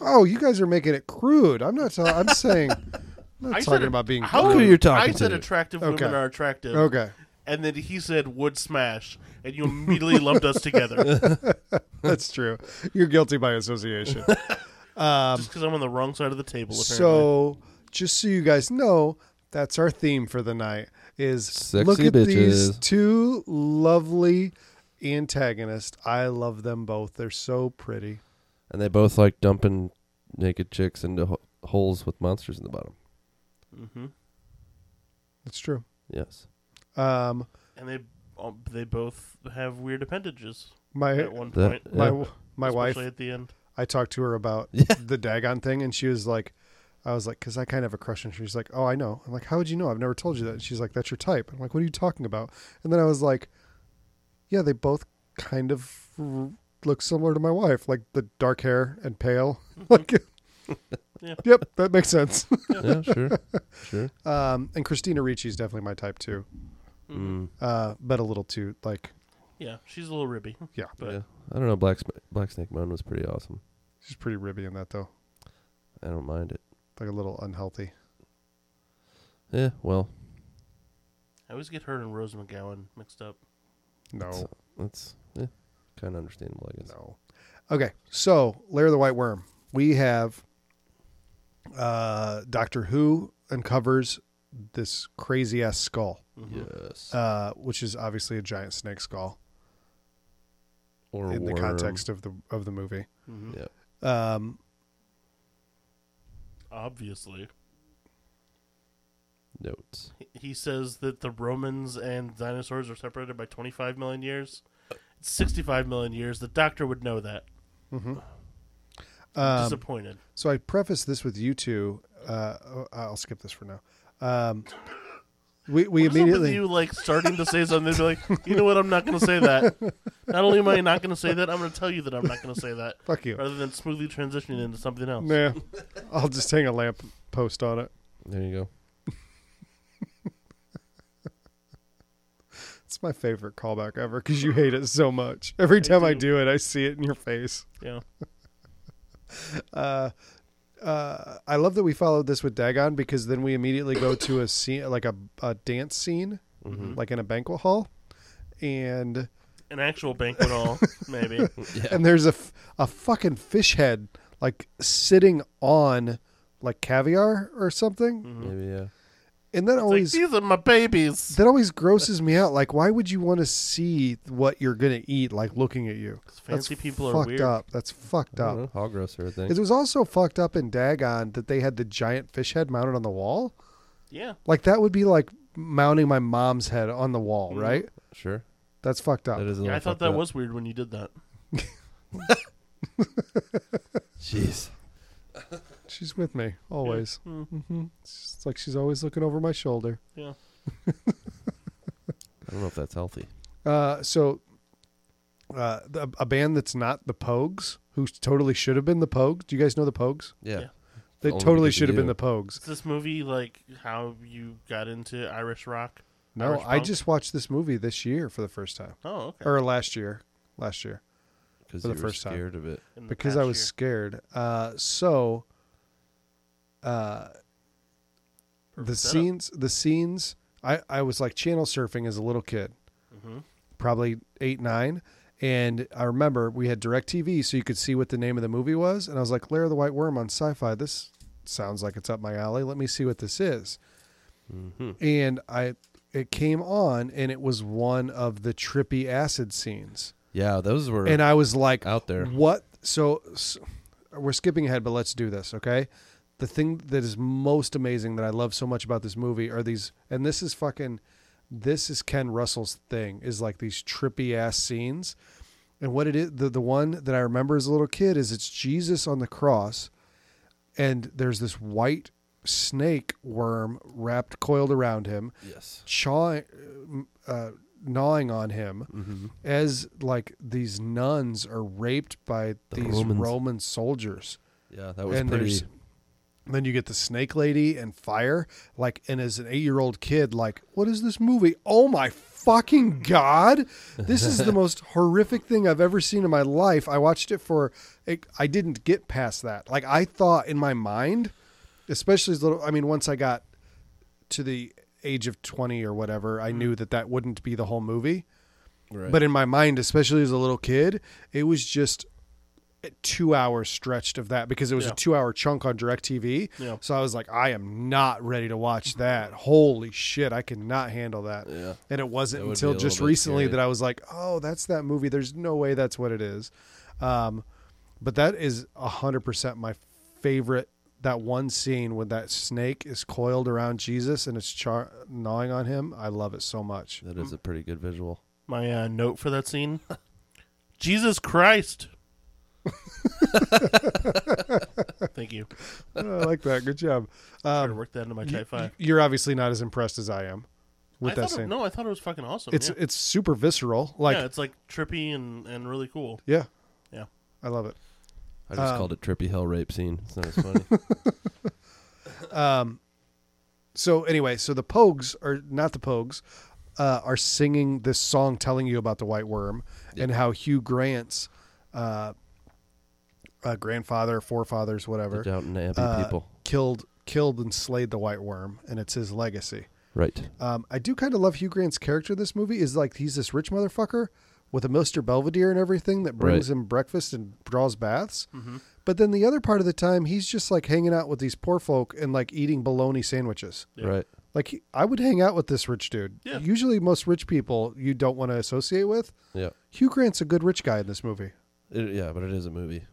Oh, you guys are making it crude. I'm not. Ta- I'm saying. I'm not I said talking it- about being. How Who could- crude. you're talking I said to? attractive Okay. women are attractive. Okay. And then he said would smash, and you immediately lumped us together That's true. You're guilty by association. just because I'm on the wrong side of the table. Apparently. so, just so you guys know, that's our theme for the night. Is Sexy look at these bitches. two lovely antagonists. I love them both. They're so pretty. and they both like dumping naked chicks into ho- holes with monsters in the bottom. hmm That's true. Yes. Um, and they um, they both have weird appendages my at one That- point. my Yeah. my wife. especially at the end. I talked to her about Yeah. the Dagon thing, and she was like, I was like, because I kind of have a crush on her. She's like, oh, I know. I'm like, how would you know? I've never told you that. And she's like, that's your type. I'm like, what are you talking about? And then I was like, yeah, they both kind of r- look similar to my wife, like the dark hair and pale. like, Yeah. yep, that makes sense. yeah, sure. Sure. um, and Christina Ricci is definitely my type too, Mm, uh, but a little too like, Mm-hmm. Yeah, she's a little ribby. yeah, But- yeah. I don't know. Black, Sm- Black Snake Moan was pretty awesome. she's pretty ribby in that though, I don't mind it. like a little unhealthy. Yeah, well, I always get her and Rose McGowan mixed up. No, that's yeah, kind of understandable, I guess. No. Okay, so Lair of the White Worm. We have uh, Doctor Who uncovers this crazy ass skull, Mhm. Yes. uh, which is obviously a giant snake skull or in the worm. context of the of the movie. Mhm. Yeah. Um, Obviously, Notes. He- he says that the Romans and dinosaurs are separated by 25 million years. It's 65 million years. The doctor would know that. um, Disappointed. so I preface this with you two. Uh, oh, I'll skip this for now. Um, we we What's up with immediately you like starting to say something be like, you know what? I'm not going to say that. Not only am I not going to say that, I'm going to tell you that I'm not going to say that. fuck you. Rather than smoothly transitioning into something else. Nah, I'll just hang a lamp post on it. There you go. It's my favorite callback ever because you hate it so much. Every time I do it, I see it in your face. Yeah. Uh, uh, I love that we followed this with Dagon because then we immediately go to a scene, like a, a dance scene, Mm-hmm. like in a banquet hall, and An actual banquet hall, maybe. and there's a, f- a fucking fish head like sitting on like caviar or something, Maybe yeah. and Mm-hmm. that Like, always These are my babies. that always grosses me out. Like, why would you want to see what you're gonna eat? Like looking at you. 'Cause Fancy people are fucked weird. up. That's fucked I don't know, up. hog roaster thing. It was also fucked up in Dagon that they had the giant fish head mounted on the wall. Yeah. Like that would be like mounting my mom's head on the wall, right? sure. That's fucked up. That is. yeah. A little I thought fucked that up. was weird when you did that. Jeez. she's with me always. Mm. hmm It's just like she's always looking over my shoulder. Yeah. I don't know if that's healthy. Uh, so, uh, the, a band that's not the Pogues, who totally should have been the Pogues. Do you guys know the Pogues? Yeah. Yeah. They Only totally because of should have been the you. Pogues. Is this movie like how you got into Irish rock? No, Irish I punk? just watched this movie this year for the first time, Oh, okay. or last year, last year. Because for the you first were time. scared of it. In the because I past was year. scared. Uh, so, uh, the Perfect setup. scenes, the scenes, I, I was like channel surfing as a little kid, Mm-hmm. probably eight, nine. And I remember we had direct TV so you could see what the name of the movie was. And I was like, Lair of the White Worm on sci fi. This sounds like it's up my alley. Let me see what this is. Mm-hmm. And I, it came on and it was one of the trippy acid scenes Yeah, those were. and I was like, Out there. What? So, s we're skipping ahead, but let's do this, okay? The thing that is most amazing that I love so much about this movie are these, and this is fucking, this is Ken Russell's thing is like these trippy ass scenes, and what it is, the the one that I remember as a little kid is it's Jesus on the cross, and there's this white snake worm wrapped coiled around him yes. chawing, uh, gnawing on him Mm-hmm. as like these nuns are raped by these Romans. Roman soldiers. Yeah, that was and pretty. there's then you get the snake lady and fire. Like, and as an eight year old kid, like, what is this movie? Oh my fucking God. This is the most horrific thing I've ever seen in my life. I watched it for, it, I didn't get past that. Like, I thought in my mind, especially as little, I mean, once I got to the age of 20 or whatever, I knew that that wouldn't be the whole movie. Mm. Right. But in my mind, especially as a little kid, it was just two hours stretched of that because it was Yeah. a two hour chunk on DirecTV. Yeah. So I was like, I am not ready to watch that. Holy shit, I cannot handle that. Yeah. And it wasn't That would be until a little just bit recently scary. that I was like, oh, that's that movie. There's no way that's what it is. Um, but that is 100% my favorite. That one scene when that snake is coiled around Jesus and it's char- gnawing on him. I love it so much. that is a pretty good visual. My uh, note for that scene: Jesus Christ. Thank you. Oh, I like that. Good job. Try Um, to work that into my you- type five. You're obviously not as impressed as I am I with that thought it, scene. no, I thought it was fucking awesome. it's yeah. it's super visceral. Like yeah, yeah, it's like trippy and, and really cool. Yeah. I love it. I just Um, called it trippy hell rape scene. It's not as funny. So anyway, so the Pogues are not the Pogues uh, are singing this song telling you about the White Worm and how Hugh Grant's uh, uh, grandfather, forefathers, whatever, Get out and abbey uh, people. killed killed and slayed the White Worm, and it's his legacy. Right. Um, I do kind of love Hugh Grant's character in this movie. Is like he's this rich motherfucker with a Mr. Belvedere and everything that brings Right. Mm-hmm. him breakfast and draws baths. But then the other part of the time, he's just like hanging out with these poor folk and like eating bologna sandwiches. Yeah. Right. Like he, I would hang out with this rich dude. Yeah. Usually, most rich people you don't want to associate with. Yeah. Hugh Grant's a good rich guy in this movie. It, yeah, but it is a movie.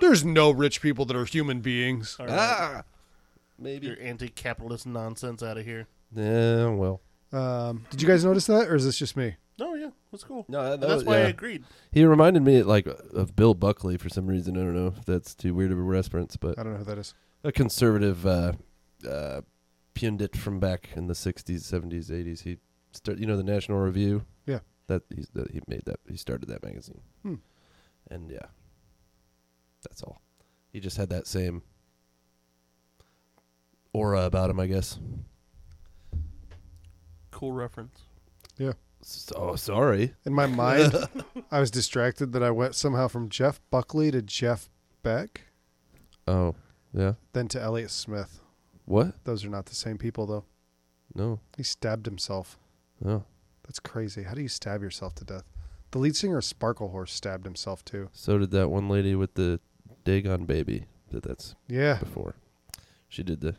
There's no rich people that are human beings. All right. Get Ah! Maybe. Your anti-capitalist nonsense out of here. Yeah. Well. Um, did you guys notice that, or is this just me? No, yeah, that's cool. No, that- And that's that- why I yeah. agreed. He reminded me like of Bill Buckley for some reason. I don't know if that's too weird of a reference, but I don't know who that is. a conservative uh, uh, pundit from back in the '60s, '70s, '80s. He start, you know, the National Review. Yeah. Hmm. That he's that he made that he started that magazine. And yeah, that's all. He just had that same aura about him, I guess. cool reference. So oh, sorry. In my mind, I was distracted that I went somehow from Jeff Buckley to Jeff Beck, Oh, yeah. then to Elliot Smith. What? Those are not the same people, though. No. Oh. He stabbed himself. No. That's crazy. How do you stab yourself to death? The lead singer of Sparklehorse stabbed himself too. So did that one lady with the Dagon baby. Did that's Yeah, before. She did the.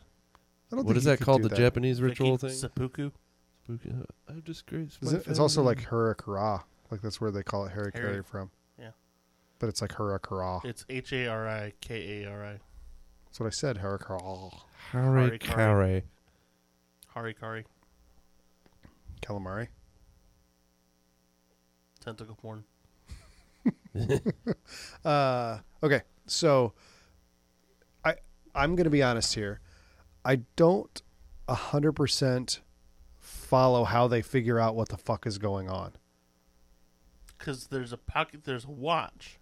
I don't What think is you that could called? do The Japanese ritual Vicky thing. Seppuku. Spooky- I've uh, disgraced. Is my it- it's also family. like Hurricane. Like that's where they call it Harry Harry. Carey from. Yeah. But it's like Hurricane. It's H A R I K A R I. That's what I said. Hurricane. Harry Harikari. Carey. Harikari. Calamari. Tentacle porn. Uh, okay, so I I'm gonna be honest here. I don't hundred percent follow how they figure out what the fuck is going on. Because there's a pocket, there's a watch.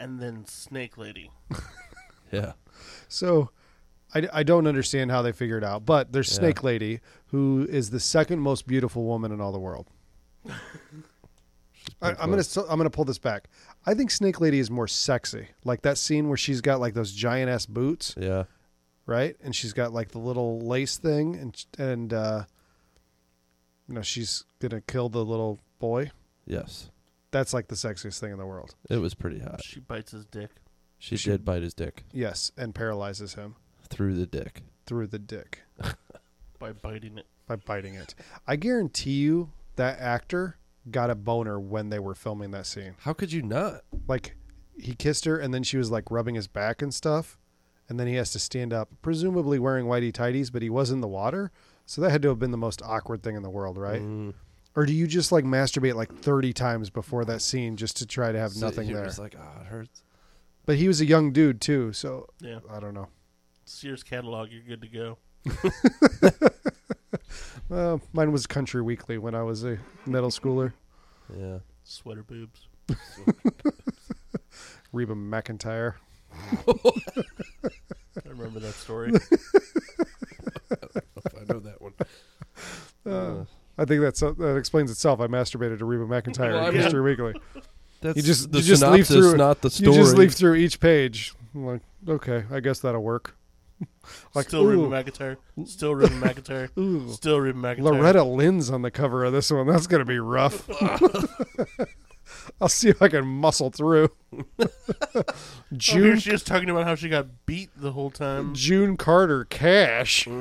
And then Snake Lady. Yeah. So I, I don't understand how they figure it out, but there's Yeah. Snake Lady, who is the second most beautiful woman in all the world. She's I, pretty I'm gonna close. so- I'm gonna pull this back. I think Snake Lady is more sexy, like that scene where she's got like those giant ass boots, Yeah. right? And she's got like the little lace thing, and and uh, you know she's gonna kill the little boy. Yes. That's like the sexiest thing in the world. It was pretty hot. She bites his dick. She, She- did bite his dick Yes, and paralyzes him through the dick. through the dick by biting it. by biting it. I guarantee you that actor got a boner when they were filming that scene. How could you not? like he kissed her and then she was like rubbing his back and stuff and then he has to stand up presumably wearing whitey tighties but he was in the water so that had to have been the most awkward thing in the world right Mm-hmm. Mm. or do you just like masturbate like 30 times before that scene just to try to have So nothing he there was like, oh, it hurts. but he was a young dude too so Yeah. i don't know Sears catalog, you're good to go. uh, mine was country weekly when i was a middle schooler Yeah. Sweater boobs. reba mcintyre I remember that story. Oh, I know that one. Uh, i think that's that explains itself i masturbated to reba mcintyre Well, I in mean- history weekly That's You just- the you just leaf synopsis, through it. not the story. You just leaf through each page. I'm like, okay, I guess that'll work. Like, Still Ruben ooh. McIntyre. Still Ruben McIntyre. Ooh, Still Ruben McIntyre. Loretta Lynn's on the cover of this one. That's gonna be rough. I'll see if I can muscle through. Oh, here June she is talking about how she got beat the whole time. June Carter Cash.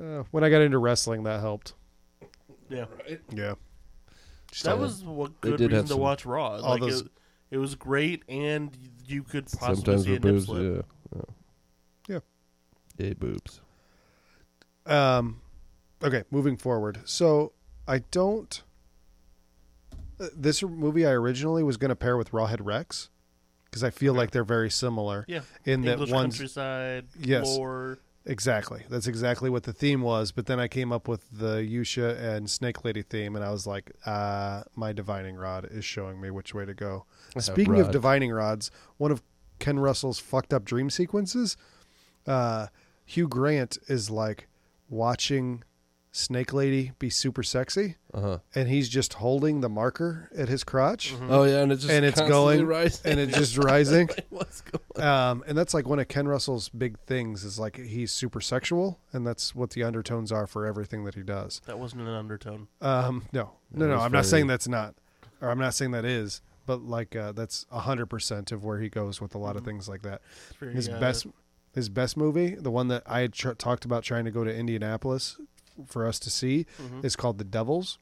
Uh, when I got into wrestling, that helped. Yeah. Yeah, That was what They good did reason have to some- watch Raw. all Like those- it, it was great, and y- you could possibly Sometimes see a with nip boobs. slip. Yeah. Yeah. Yay, boobs. um okay moving forward so i don't uh, this movie i originally was going to pair with rawhead rex because i feel like they're very similar Yeah. in that English one's countryside. Yes. Lore. exactly that's exactly what the theme was but then i came up with the yusha and snake lady theme and i was like uh my divining rod is showing me which way to go Speaking of rod. divining rods, one of Ken Russell's fucked up dream sequences, uh, Hugh Grant is like watching Snake Lady be super sexy, Uh huh. and he's just holding the marker at his crotch, Oh yeah, and it's just and it's constantly going, rising. and it's just rising. What's going? Um, and that's like one of Ken Russell's big things is like he's super sexual, and that's what the undertones are for everything that he does. That wasn't an undertone. Um, no, no, no. That was I'm not very- saying that's not, or I'm not saying that is, but like uh, that's hundred percent of where he goes with a lot of things like that. It's very, His uh, best, his best movie, the one that I had tr- talked about trying to go to Indianapolis for us to see, mhm. is called The Devils.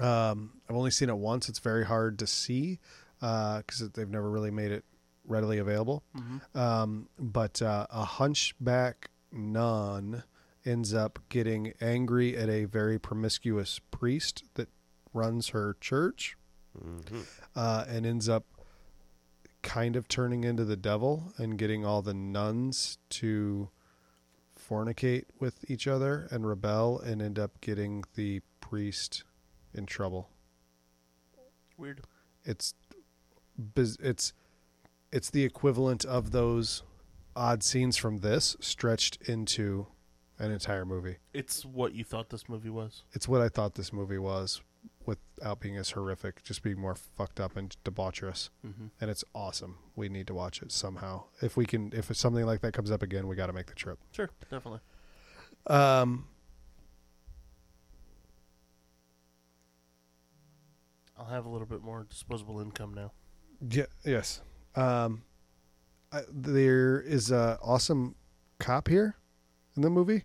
Um, I've only seen it once. It's very hard to see because they've never really made it readily available. Mhm. Um, but uh, a hunchback nun ends up getting angry at a very promiscuous priest that runs her church uh, and ends up kind of turning into the devil and getting all the nuns to fornicate with each other and rebel and end up getting the priest in trouble. Weird. It's biz- it's it's the equivalent of those odd scenes from this stretched into an entire movie. It's what you thought this movie was. It's what I thought this movie was without being as horrific, just being more fucked up and debaucherous. Mm-hmm. And it's awesome. We need to watch it somehow. If we can if something like that comes up again, we got to make the trip. Sure, definitely. Um I'll have a little bit more disposable income now. Yeah. Yes. Um, I, there is a awesome cop here in the movie,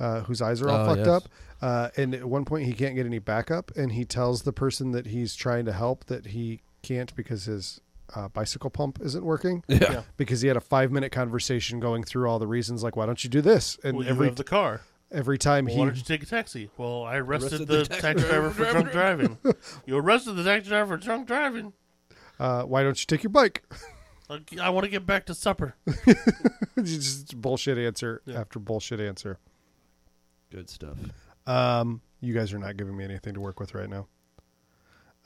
uh, whose eyes are all Oh, fucked yes. up. Uh, and at one point, he can't get any backup, and he tells the person that he's trying to help that he can't because his uh, bicycle pump isn't working. Yeah. Because he had a five minute conversation going through all the reasons, like why don't you do this? And Well, you every have the car. every time Well, he why don't you take a taxi? Well, I arrested, Arrested the, the taxi, taxi driver driver for drunk driving. you arrested the taxi driver for drunk driving. uh, why don't you take your bike? Like, I want to get back to supper. It's just bullshit answer Yeah. after bullshit answer. Good stuff. Um, you guys are not giving me anything to work with right now.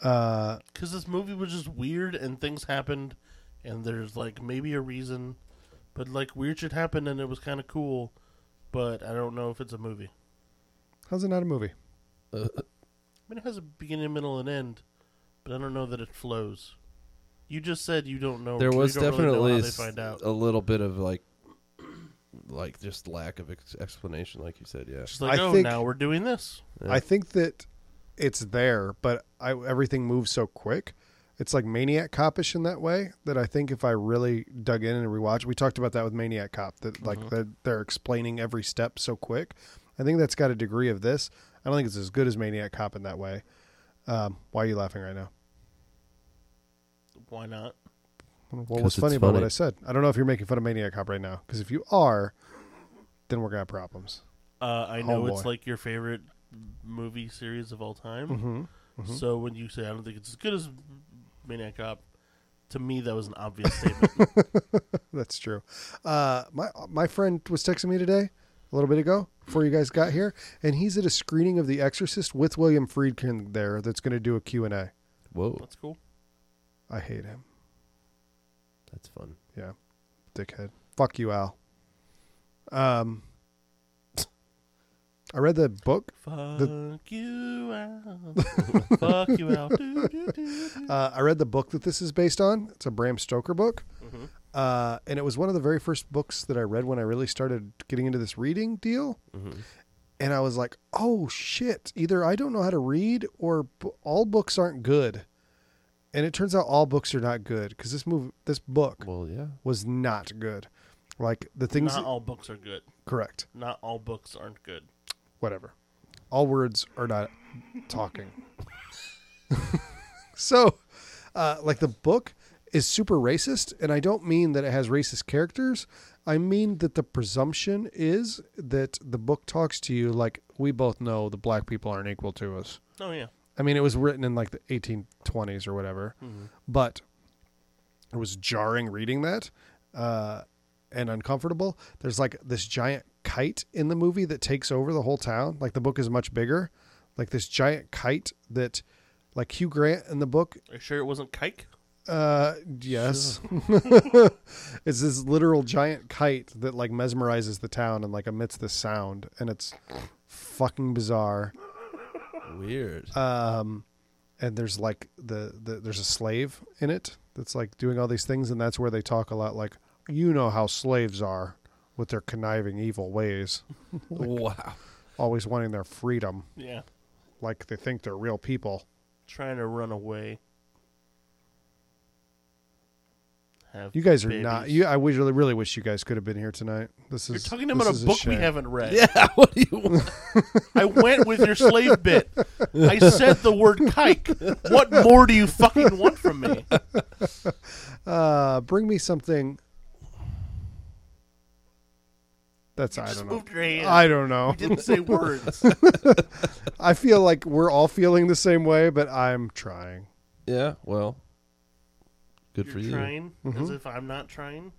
Uh, Because this movie was just weird and things happened, and there's like maybe a reason, but like weird shit happened and it was kind of cool, but I don't know if it's a movie. How's it not a movie? I mean, it has a beginning, middle, and end, but I don't know that it flows. You just said you don't know. There you was Oh, don't really know definitely how they s- find out. a little bit of like, like just lack of ex- explanation, like you said. Yeah, It's like, I oh, think- now we're doing this. Yeah. I think that it's there, but I, everything moves so quick. It's like Maniac Copish in that way that I think if I really dug in and rewatched, we talked about that with Maniac Cop that like that they're explaining every step so quick. I think that's got a degree of this. I don't think it's as good as Maniac Cop in that way. Um, why are you laughing right now? Why not? What 'Cause was funny it's about what funny. I said? I don't know if you're making fun of Maniac Cop right now because if you are, then we're gonna have problems. Uh, I know it's boy. like your favorite movie series of all time. Mm-hmm, So when you say I don't think it's as good as Maniac Cop, to me that was an obvious statement. That's true. Uh, my my friend was texting me today a little bit ago before you guys got here, and he's at a screening of The Exorcist with William Friedkin there. That's going to do a Q and A. whoa, That's cool. I hate him. that's fun. Yeah, dickhead. Fuck you, Al. Um, I read the book. Fuck you out. Fuck you out. Do, do, do, do. Uh, I read the book that this is based on. It's a Bram Stoker book. Mm-hmm. Uh, and it was one of the very first books that I read when I really started getting into this reading deal. Mm-hmm. And I was like, oh shit, either I don't know how to read or b- all books aren't good. And it turns out all books are not good because this move, this book Well, yeah, was not good. Like the things, Not all books are good. correct, Not all books aren't good. whatever. All words are not talking. so, uh, like the book is super racist, and I don't mean that it has racist characters. I mean that the presumption is that the book talks to you like we both know the black people aren't equal to us. Oh yeah. I mean, it was written in like the 1820s or whatever, but it was jarring reading that uh, and uncomfortable. There's like this giant kite in the movie that takes over the whole town. Like the book is much bigger. Like this giant kite that, like Hugh Grant in the book, Are you sure it wasn't kike? uh, yes, it's this literal giant kite that like mesmerizes the town and like emits this sound, and it's fucking bizarre. weird. Um, and there's like the, the there's a slave in it that's like doing all these things and that's where they talk a lot like you know how slaves are with their conniving evil ways wow, always wanting their freedom Yeah. like they think they're real people Trying to run away. Have you guys are not babies. you i wish, really really wish you guys could have been here tonight this You're is talking this about is a book we shame. haven't read. yeah. What do you want? I went with your slave bit. I said the word kike. What more do you fucking want from me? uh bring me something that's i Just don't know moved your hand. i don't know You didn't say words. i feel like we're all feeling the same way but i'm trying Yeah, well, good for You're you. trying Mm-hmm. as if I'm not trying.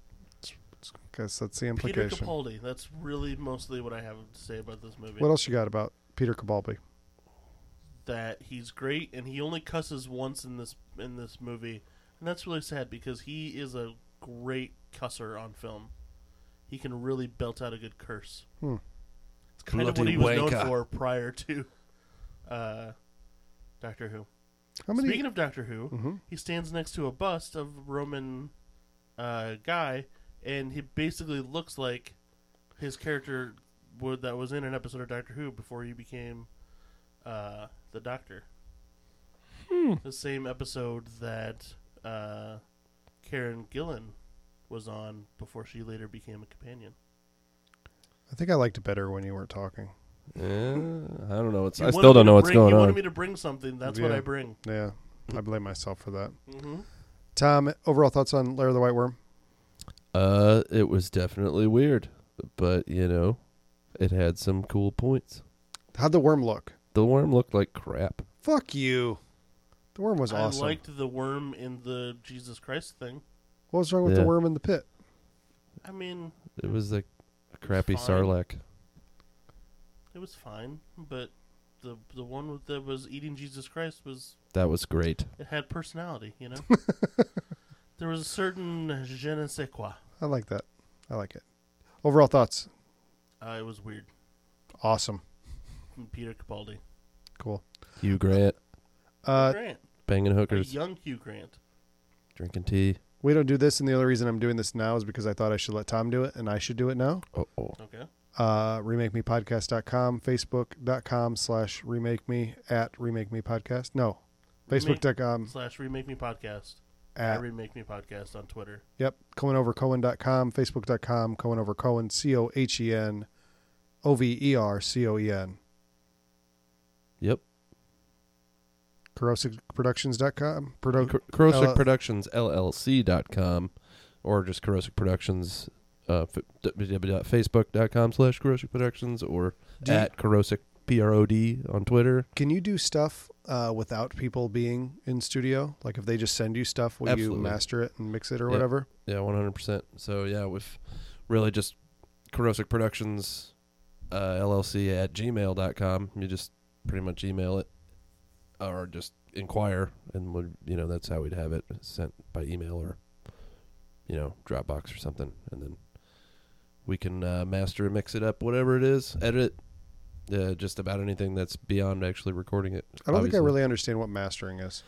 guess that's the Peter implication Capaldi. That's really mostly what I have to say about this movie. What else you got about Peter Cabalby? That he's great, and he only cusses once in this in this movie, And that's really sad because he is a great cusser on film. He can really belt out a good curse. Hmm. It's kind of what Bloody he was known wanker. for prior to uh, Doctor Who. How many? Speaking of Doctor Who, Mm-hmm. Mhm. he stands next to a bust of a Roman uh, guy, and he basically looks like his character would, that was in an episode of Doctor Who before he became uh, the Doctor. Hmm. The same episode that uh, Karen Gillan was on before she later became a companion. I think I liked it better when you weren't talking. Yeah, I don't know. It's, You I wanted still me don't to know what's bring- going you wanted on. me to bring something. That's what Yeah. I bring. Yeah, I blame myself for that. hmm Tom, overall thoughts on Lair of the White Worm? Uh, it was definitely weird, but you know, it had some cool points. How'd the worm look? The worm looked like crap. Fuck you. The worm was awesome. I liked the worm in the Jesus Christ thing. what was wrong with the Yeah. worm in the pit? I mean, It was like a crappy Fine. Sarlacc. it was fine, but the the one with- that was eating Jesus Christ was That was great. it had personality, you know. there was a certain je ne sais quoi. I like that. I like it. Overall thoughts? Uh, it was weird. Awesome. From Peter Capaldi, Cool. Hugh Grant Uh, Grant, banging a hookers, young Hugh Grant. drinking tea. we don't do this, and the only reason I'm doing this now is because I thought I should let Tom do it, and I should do it now. Oh, oh. Okay, Uh, remakemepodcast.com, facebook.com slash remake me at remake me podcast. No, facebook.com slash remake me podcast. at at remake me podcast on Twitter. Yep. CohenOverCohen.com, Facebook.com, Cohen Over Cohen, C O H E N O V E R C O E N. Yep. CorrosiveProductions.com. Produ- Cor- Corrosive uh, Productions LLC dot com, or just Corrosive Productions uh, f- www.facebook.com slash Corrosive Productions or Do you- at Corrosive PROD on Twitter. Can you do stuff uh, without people being in studio? Like if they just send you stuff, will you Absolutely. master it and mix it or Yep. whatever? Yeah, one hundred percent. So yeah, with really just Corrosive Productions uh, LLC at gmail.com. You just pretty much email it or just inquire and would you know, that's how we'd have it sent by email or you know, Dropbox or something, and then we can uh, master and mix it up, whatever it is, edit it, uh, just about anything that's beyond actually recording it. I don't think I obviously. really understand what mastering is.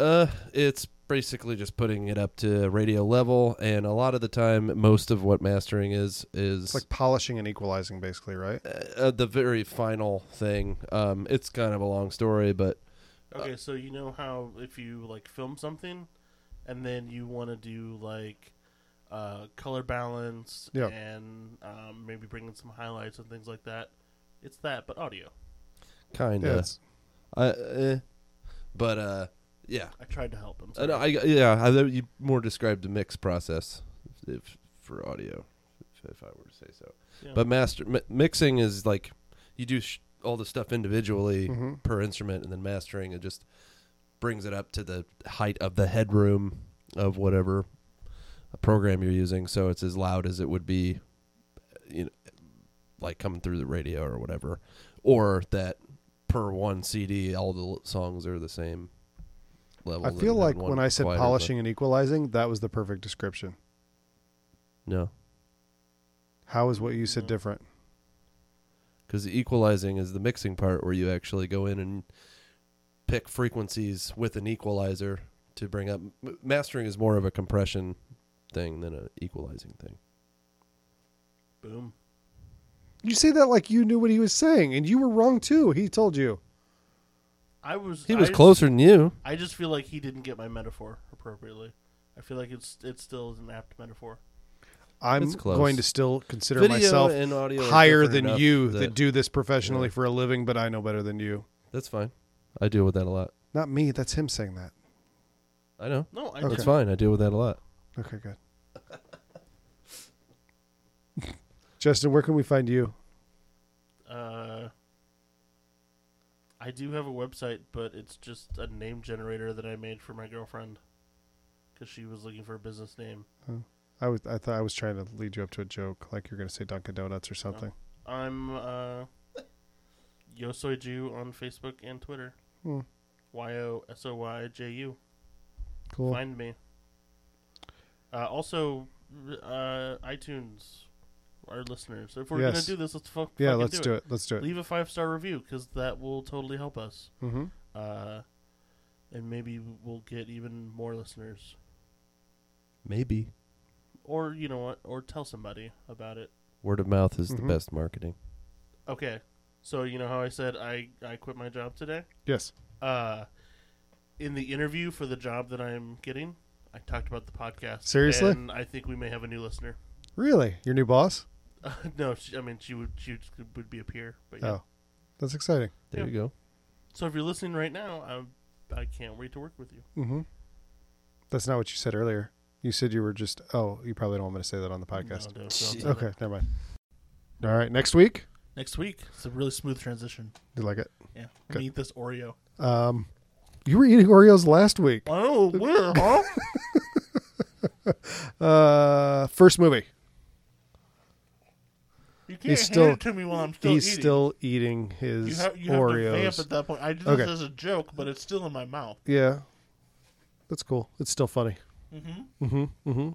Uh, it's basically just putting it up to radio level, and a lot of the time, most of what mastering is is It's like polishing and equalizing, basically, right? uh, uh, the very final thing. Um, it's kind of a long story, but Uh. Okay, so you know how if you like film something, and then you want to do like uh, color balance Yeah. and um, maybe bring in some highlights and things like that. It's that, but audio. kind Yeah. of. it's- I eh. but uh, yeah, I tried to help him. Uh, no, I yeah, I, you more described the mix process if for audio, if, if I were to say so. Yeah. But master mi mixing is like you do sh- all the stuff individually Mhm. per instrument, and then mastering it just brings it up to the height of the headroom of whatever program you're using, so it's as loud as it would be, you know, like coming through the radio or whatever, or that per one CD all the l- songs are the same. Level I and feel then like one when I said quieter, but- polishing and equalizing, that was the perfect description. No, How is what you said No. Mm-hmm. different? because the equalizing is the mixing part where you actually go in and pick frequencies with an equalizer to bring up. m- Mastering is more of a compression thing than an equalizing thing. Boom. You say that like you knew what he was saying, and you were wrong too. He told you. I was. He I was just- closer than you. I just feel like he didn't get my metaphor appropriately. I feel like it's it still is an apt metaphor. I'm It's close. going to still consider Video myself and audio are higher different than enough you that, that- do this professionally for a living, but I know better than you. That's fine. I deal with that a lot. Not me. That's him saying that. I know. No, I Okay. That's fine. I deal with that a lot. Okay, good. Justin, where can we find you? uh, I do have a website, but it's just a name generator that I made for my girlfriend because she was looking for a business name. I was I thought I was trying to lead you up to a joke, like you're going to say Dunkin' Donuts or something. I'm uh, Yo Soy Jew on Facebook and Twitter. Hmm. Y o s o y j u. Cool. Find me. Uh, also, uh, iTunes, our listeners. If we're Yes. gonna do this, let's fuck. Yeah, fucking let's do, do it. Let's do it. Leave a five star review because that will totally help us. Mm-hmm. Uh, and maybe we'll get even more listeners. Maybe Or you know what? Or tell somebody about it. word of mouth is Mhm. the best marketing. Okay. So you know how I said I I quit my job today. Yes. Uh, in the interview for the job that I'm getting, I talked about the podcast. Seriously? and I think we may have a new listener. Really? Your new boss? Uh, no, she, I mean she would she would- would be a peer. But yeah. Oh, that's exciting. There Yeah. you go. So if you're listening right now, I'm I can't wait to work with you. Mm-hmm. That's not what you said earlier. You said you were just. Oh, you probably don't want me to say that on the podcast. No, don't- don't do okay, that. never mind. All right, next week. Next week, it's a really smooth transition. You like it? Yeah. Good. Meet this Oreo. Um, you were eating Oreos last week. Oh, well, huh? Uh, first movie. You can't He's hand still- it to me while I'm still He's eating. still eating his You, have you have to Oreos. vamp at that point. I did Okay. this as a joke, but it's still in my mouth. yeah, that's cool. It's still funny. Mm-hmm. Mm-hmm. Mm-hmm.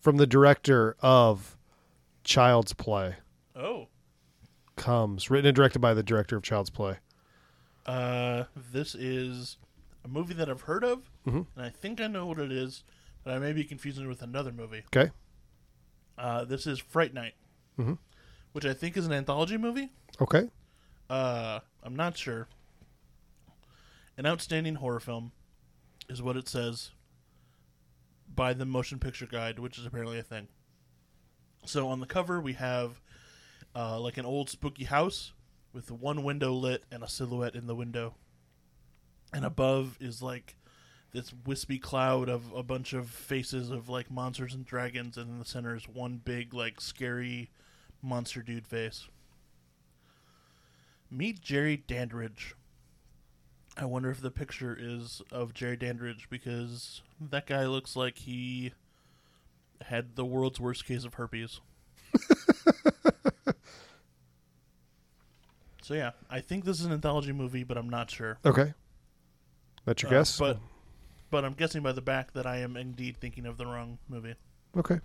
From the director of Child's Play Oh. comes written and directed by the director of Child's Play. Uh, this is a movie that I've heard of, Mhm. and I think I know what it is, but I may be confusing it with another movie. Okay. Uh, this is Fright Night, Mhm. which I think is an anthology movie. Okay. Uh, I'm not sure. An outstanding horror film is what it says by the Motion Picture Guide, which is apparently a thing. So on the cover, we have uh, like an old spooky house with one window lit and a silhouette in the window. And above is like this wispy cloud of a bunch of faces of like monsters and dragons, and in the center is one big, like, scary monster dude face. Meet Jerry Dandridge. I wonder if the picture is of Jerry Dandridge because that guy looks like he had the world's worst case of herpes. so yeah, I think this is an anthology movie, but I'm not sure. Okay. That's your Uh, guess. but but I'm guessing by the back that I am indeed thinking of the wrong movie. Okay.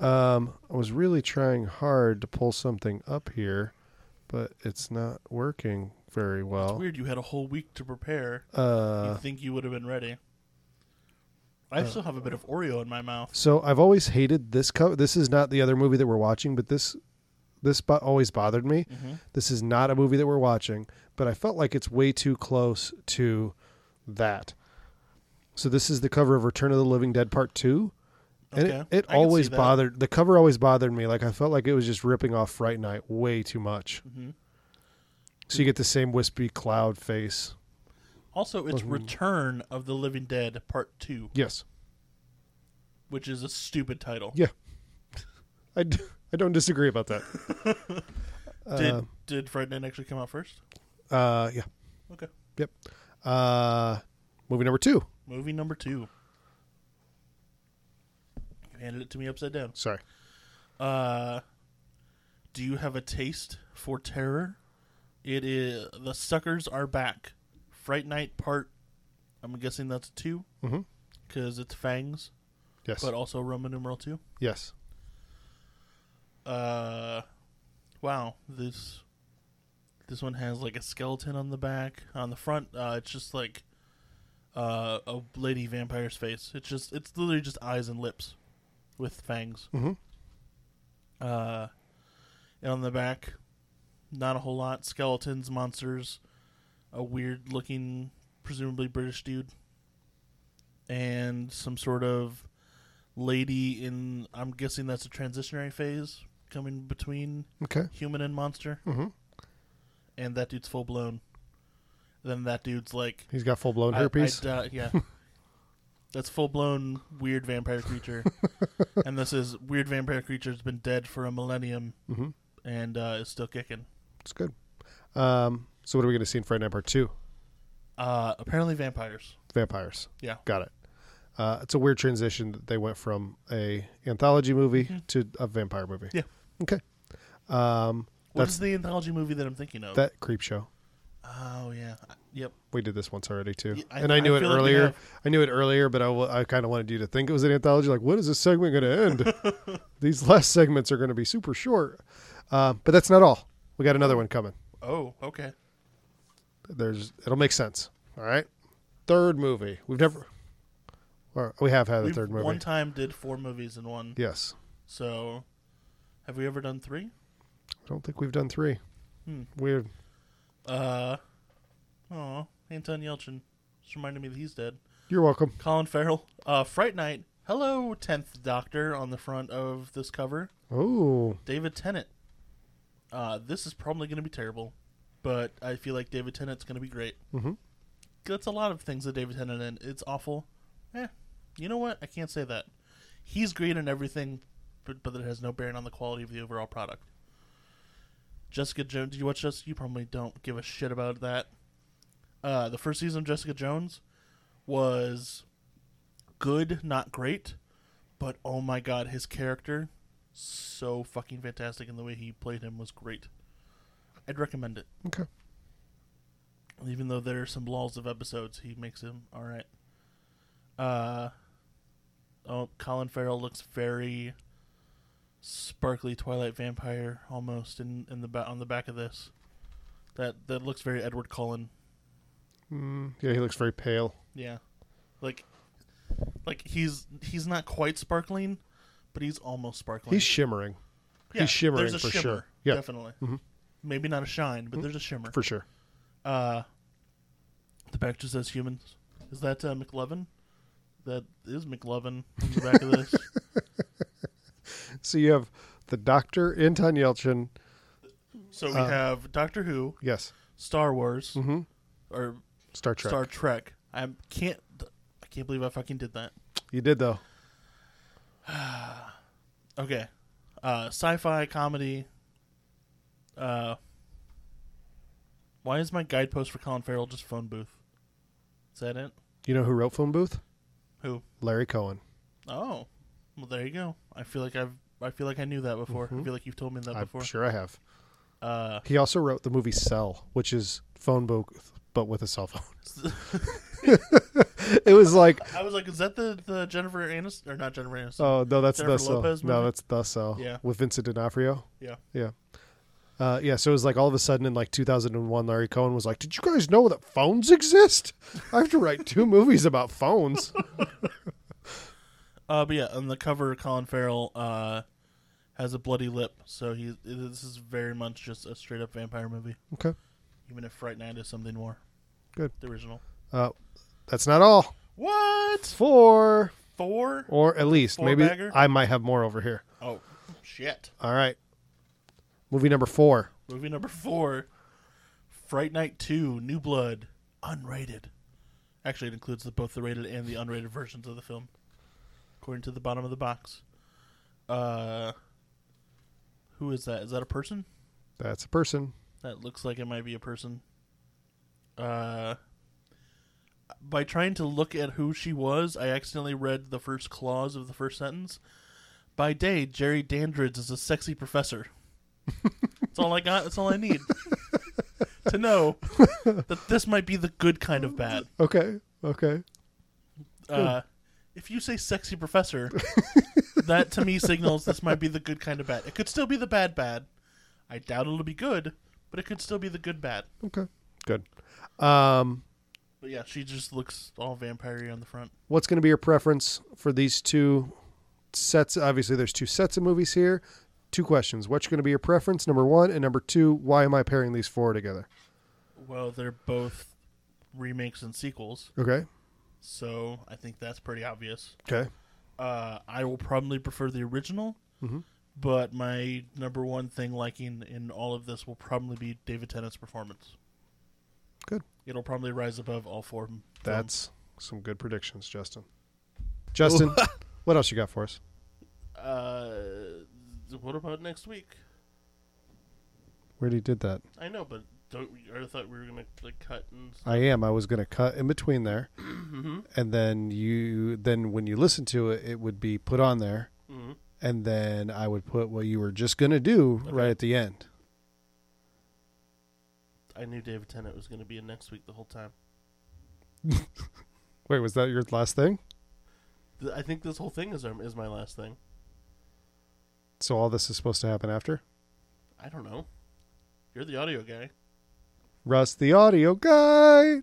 Um, I was really trying hard to pull something up here, but it's not working very well. Weird, you had a whole week to prepare. Uh, uh, You'd think you would have been ready. I still have a bit of Oreo in my mouth. so I've always hated this cover. This is not the other movie that we're watching, but this this bo- always bothered me. Mm-hmm. This is not a movie that we're watching, but I felt like it's way too close to that. So this is the cover of Return of the Living Dead Part Two. And Okay. it, it I can see always that. bothered the cover always bothered me. Like I felt like it was just ripping off Fright Night way too much. Mm-hmm. So you get the same wispy cloud face. Also, it's Mhm. Return of the Living Dead Part 2, Yes. which is a stupid title. Yeah. I, d- I don't disagree about that. Did did Friday Night actually come out first? Uh yeah. Okay. Yep. Uh movie number 2. Movie number 2. You handed it to me upside down. Sorry. Uh do you have a taste for terror? It is The Suckers Are Back. Fright Night Part I'm guessing that's 2 Mhm. cuz it's Fangs, Yes. but also Roman numeral 2. yes. uh wow this this one has like a skeleton on the back on the front uh it's just like uh a lady vampire's face it's just it's literally just eyes and lips with fangs Mhm. uh and on the back not a whole lot skeletons monsters a weird looking presumably british dude and some sort of lady in I'm guessing that's a transitionary phase coming between Okay. human and monster. Mhm. And that dude's full blown. Then that dude's like He's got full blown I- I herpes. doubt- yeah. That's full blown weird vampire creature. and this is weird vampire creature's been dead for a millennium Mhm. and uh, is still kicking. it's good. Um so what are we going to see in Fright Night Part 2? Uh, apparently vampires. Vampires. Yeah. Got it. Uh, it's a weird transition that they went from a anthology movie to a vampire movie. Mm-hmm. Yeah. Okay. Um, What That's- is the anthology movie that I'm thinking of? that creep show. Oh yeah. I- Yep. We did this once already too, Yeah, I- and I knew I it feel like we earlier. have. I knew it earlier, but I kind of wanted you to think it was an anthology. Like, when is this segment going to end? These last segments are going to be super short. Uh, but that's not all. We got another one coming. Oh, okay. There's it'll make sense. All right. Third movie. We've never. Or we have had a We third movie. one time did four movies in one. yes. So, have we ever done three? I don't think we've done three. Hmm. Weird. Uh, oh, Anton Yelchin. Just reminded me that he's dead. You're welcome. Colin Farrell. Uh, Fright Night. Hello, Tenth Doctor on the front of this cover. Oh, David Tennant. Uh, this is probably going to be terrible, but I feel like David Tennant's going to be great. Mhm. That's a lot of things that David Tennant in. It's awful. Eh, you know what? I can't say that. He's great in everything, but but it has no bearing on the quality of the overall product. Jessica Jones. Did you watch this? You probably don't give a shit about that. Uh, the first season of Jessica Jones was good, not great, but oh my god, his character so fucking fantastic, and the way he played him was great. I'd recommend it. okay. Even though there are some laws of episodes, he makes him all right. Uh, oh, Colin Farrell looks very sparkly Twilight vampire almost in in the ba- on the back of this. That that looks very Edward Cullen. Mm, yeah, he looks very pale. Yeah, like like he's he's not quite sparkling, but he's almost sparkling. He's shimmering. Yeah, He's shimmering there's a for shimmer, sure. Yeah. Mm-hmm. definitely. Maybe not a shine, but there's a shimmer. For sure. Uh, the back just says humans. Is that uh, McLovin? That is McLovin on the back of this. So you have the Doctor Anton Yelchin. So Uh, we have Doctor Who, Yes. Star Wars, or Star mm-hmm. Trek. Star Trek. I can't. I can't believe I fucking did that. You did though. Okay. Uh, sci-fi comedy. Uh, why is my guidepost for Colin Farrell just phone booth? Is that it? You know who wrote Phone Booth? Who? Larry Cohen. Oh, well, there you go. I feel like I've. I feel like I knew that before. I feel like you've told me that Mm-hmm. I'm before. sure I have. Uh, He also wrote the movie Cell, which is phone booth but with a cell phone. it was like, I was like, is that the, the Jennifer Aniston or not Jennifer Aniston? oh no, that's the Jennifer cell. Lopez No, movie? that's the cell. Yeah. with Vincent D'Onofrio. yeah. Yeah. Uh, yeah, so it was like all of a sudden in like 2001, Larry Cohen was like, "Did you guys know that phones exist? I have to write two movies about phones." Uh, but yeah, on the cover, Colin Farrell uh, has a bloody lip, so he this is very much just a straight up vampire movie. Okay, Even if Fright Night is something more. Good. The original. uh, that's not all. What? Four Four? or at least Four maybe bagger? I might have more over here. Oh, shit. All right, movie number four. Movie number four, Fright Night Two: New Blood, unrated. Actually, it includes the, both the rated and the unrated versions of the film, according to the bottom of the box. Uh, who is that? Is that a person? That's a person. That looks like it might be a person. Uh, by trying to look at who she was, I accidentally read the first clause of the first sentence. By day, Jerry Dandridge is a sexy professor. that's all I got. That's all I need to know that this might be the good kind of bad. Okay, okay. Uh, if you say sexy professor, that to me signals this might be the good kind of bad. It could still be the bad bad. I doubt it'll be good, but it could still be the good bad. Okay. Good. Um, But yeah, she just looks all vampire on the front. what's going to be your preference for these two sets? Obviously, there's two sets of movies here. Two questions. What's going to be your preference, number one? And number two, why am I pairing these four together? Well, they're both remakes and sequels, Okay. so I think that's pretty obvious. Okay. Uh, I will probably prefer the original, Mm-hmm. but my number one thing liking in all of this will probably be David Tennant's performance. Good. It'll probably rise above all four. films. That's some good predictions, Justin. Justin, what else you got for us? Uh, what about next week? We already did that. I know, but don't. we- I thought we were gonna like cut and. s- I am. I was going to cut in between there, and then you. Then when you listen to it, it would be put on there, Uh, mm-hmm. and then I would put what you were just going to do right at the end. I I knew David Tennant was going to be in next week the whole time. Wait, was that your last thing? Th- I think this whole thing is our, is my last thing. So all this is supposed to happen after? I don't know. You're the audio guy. Russ, the audio guy.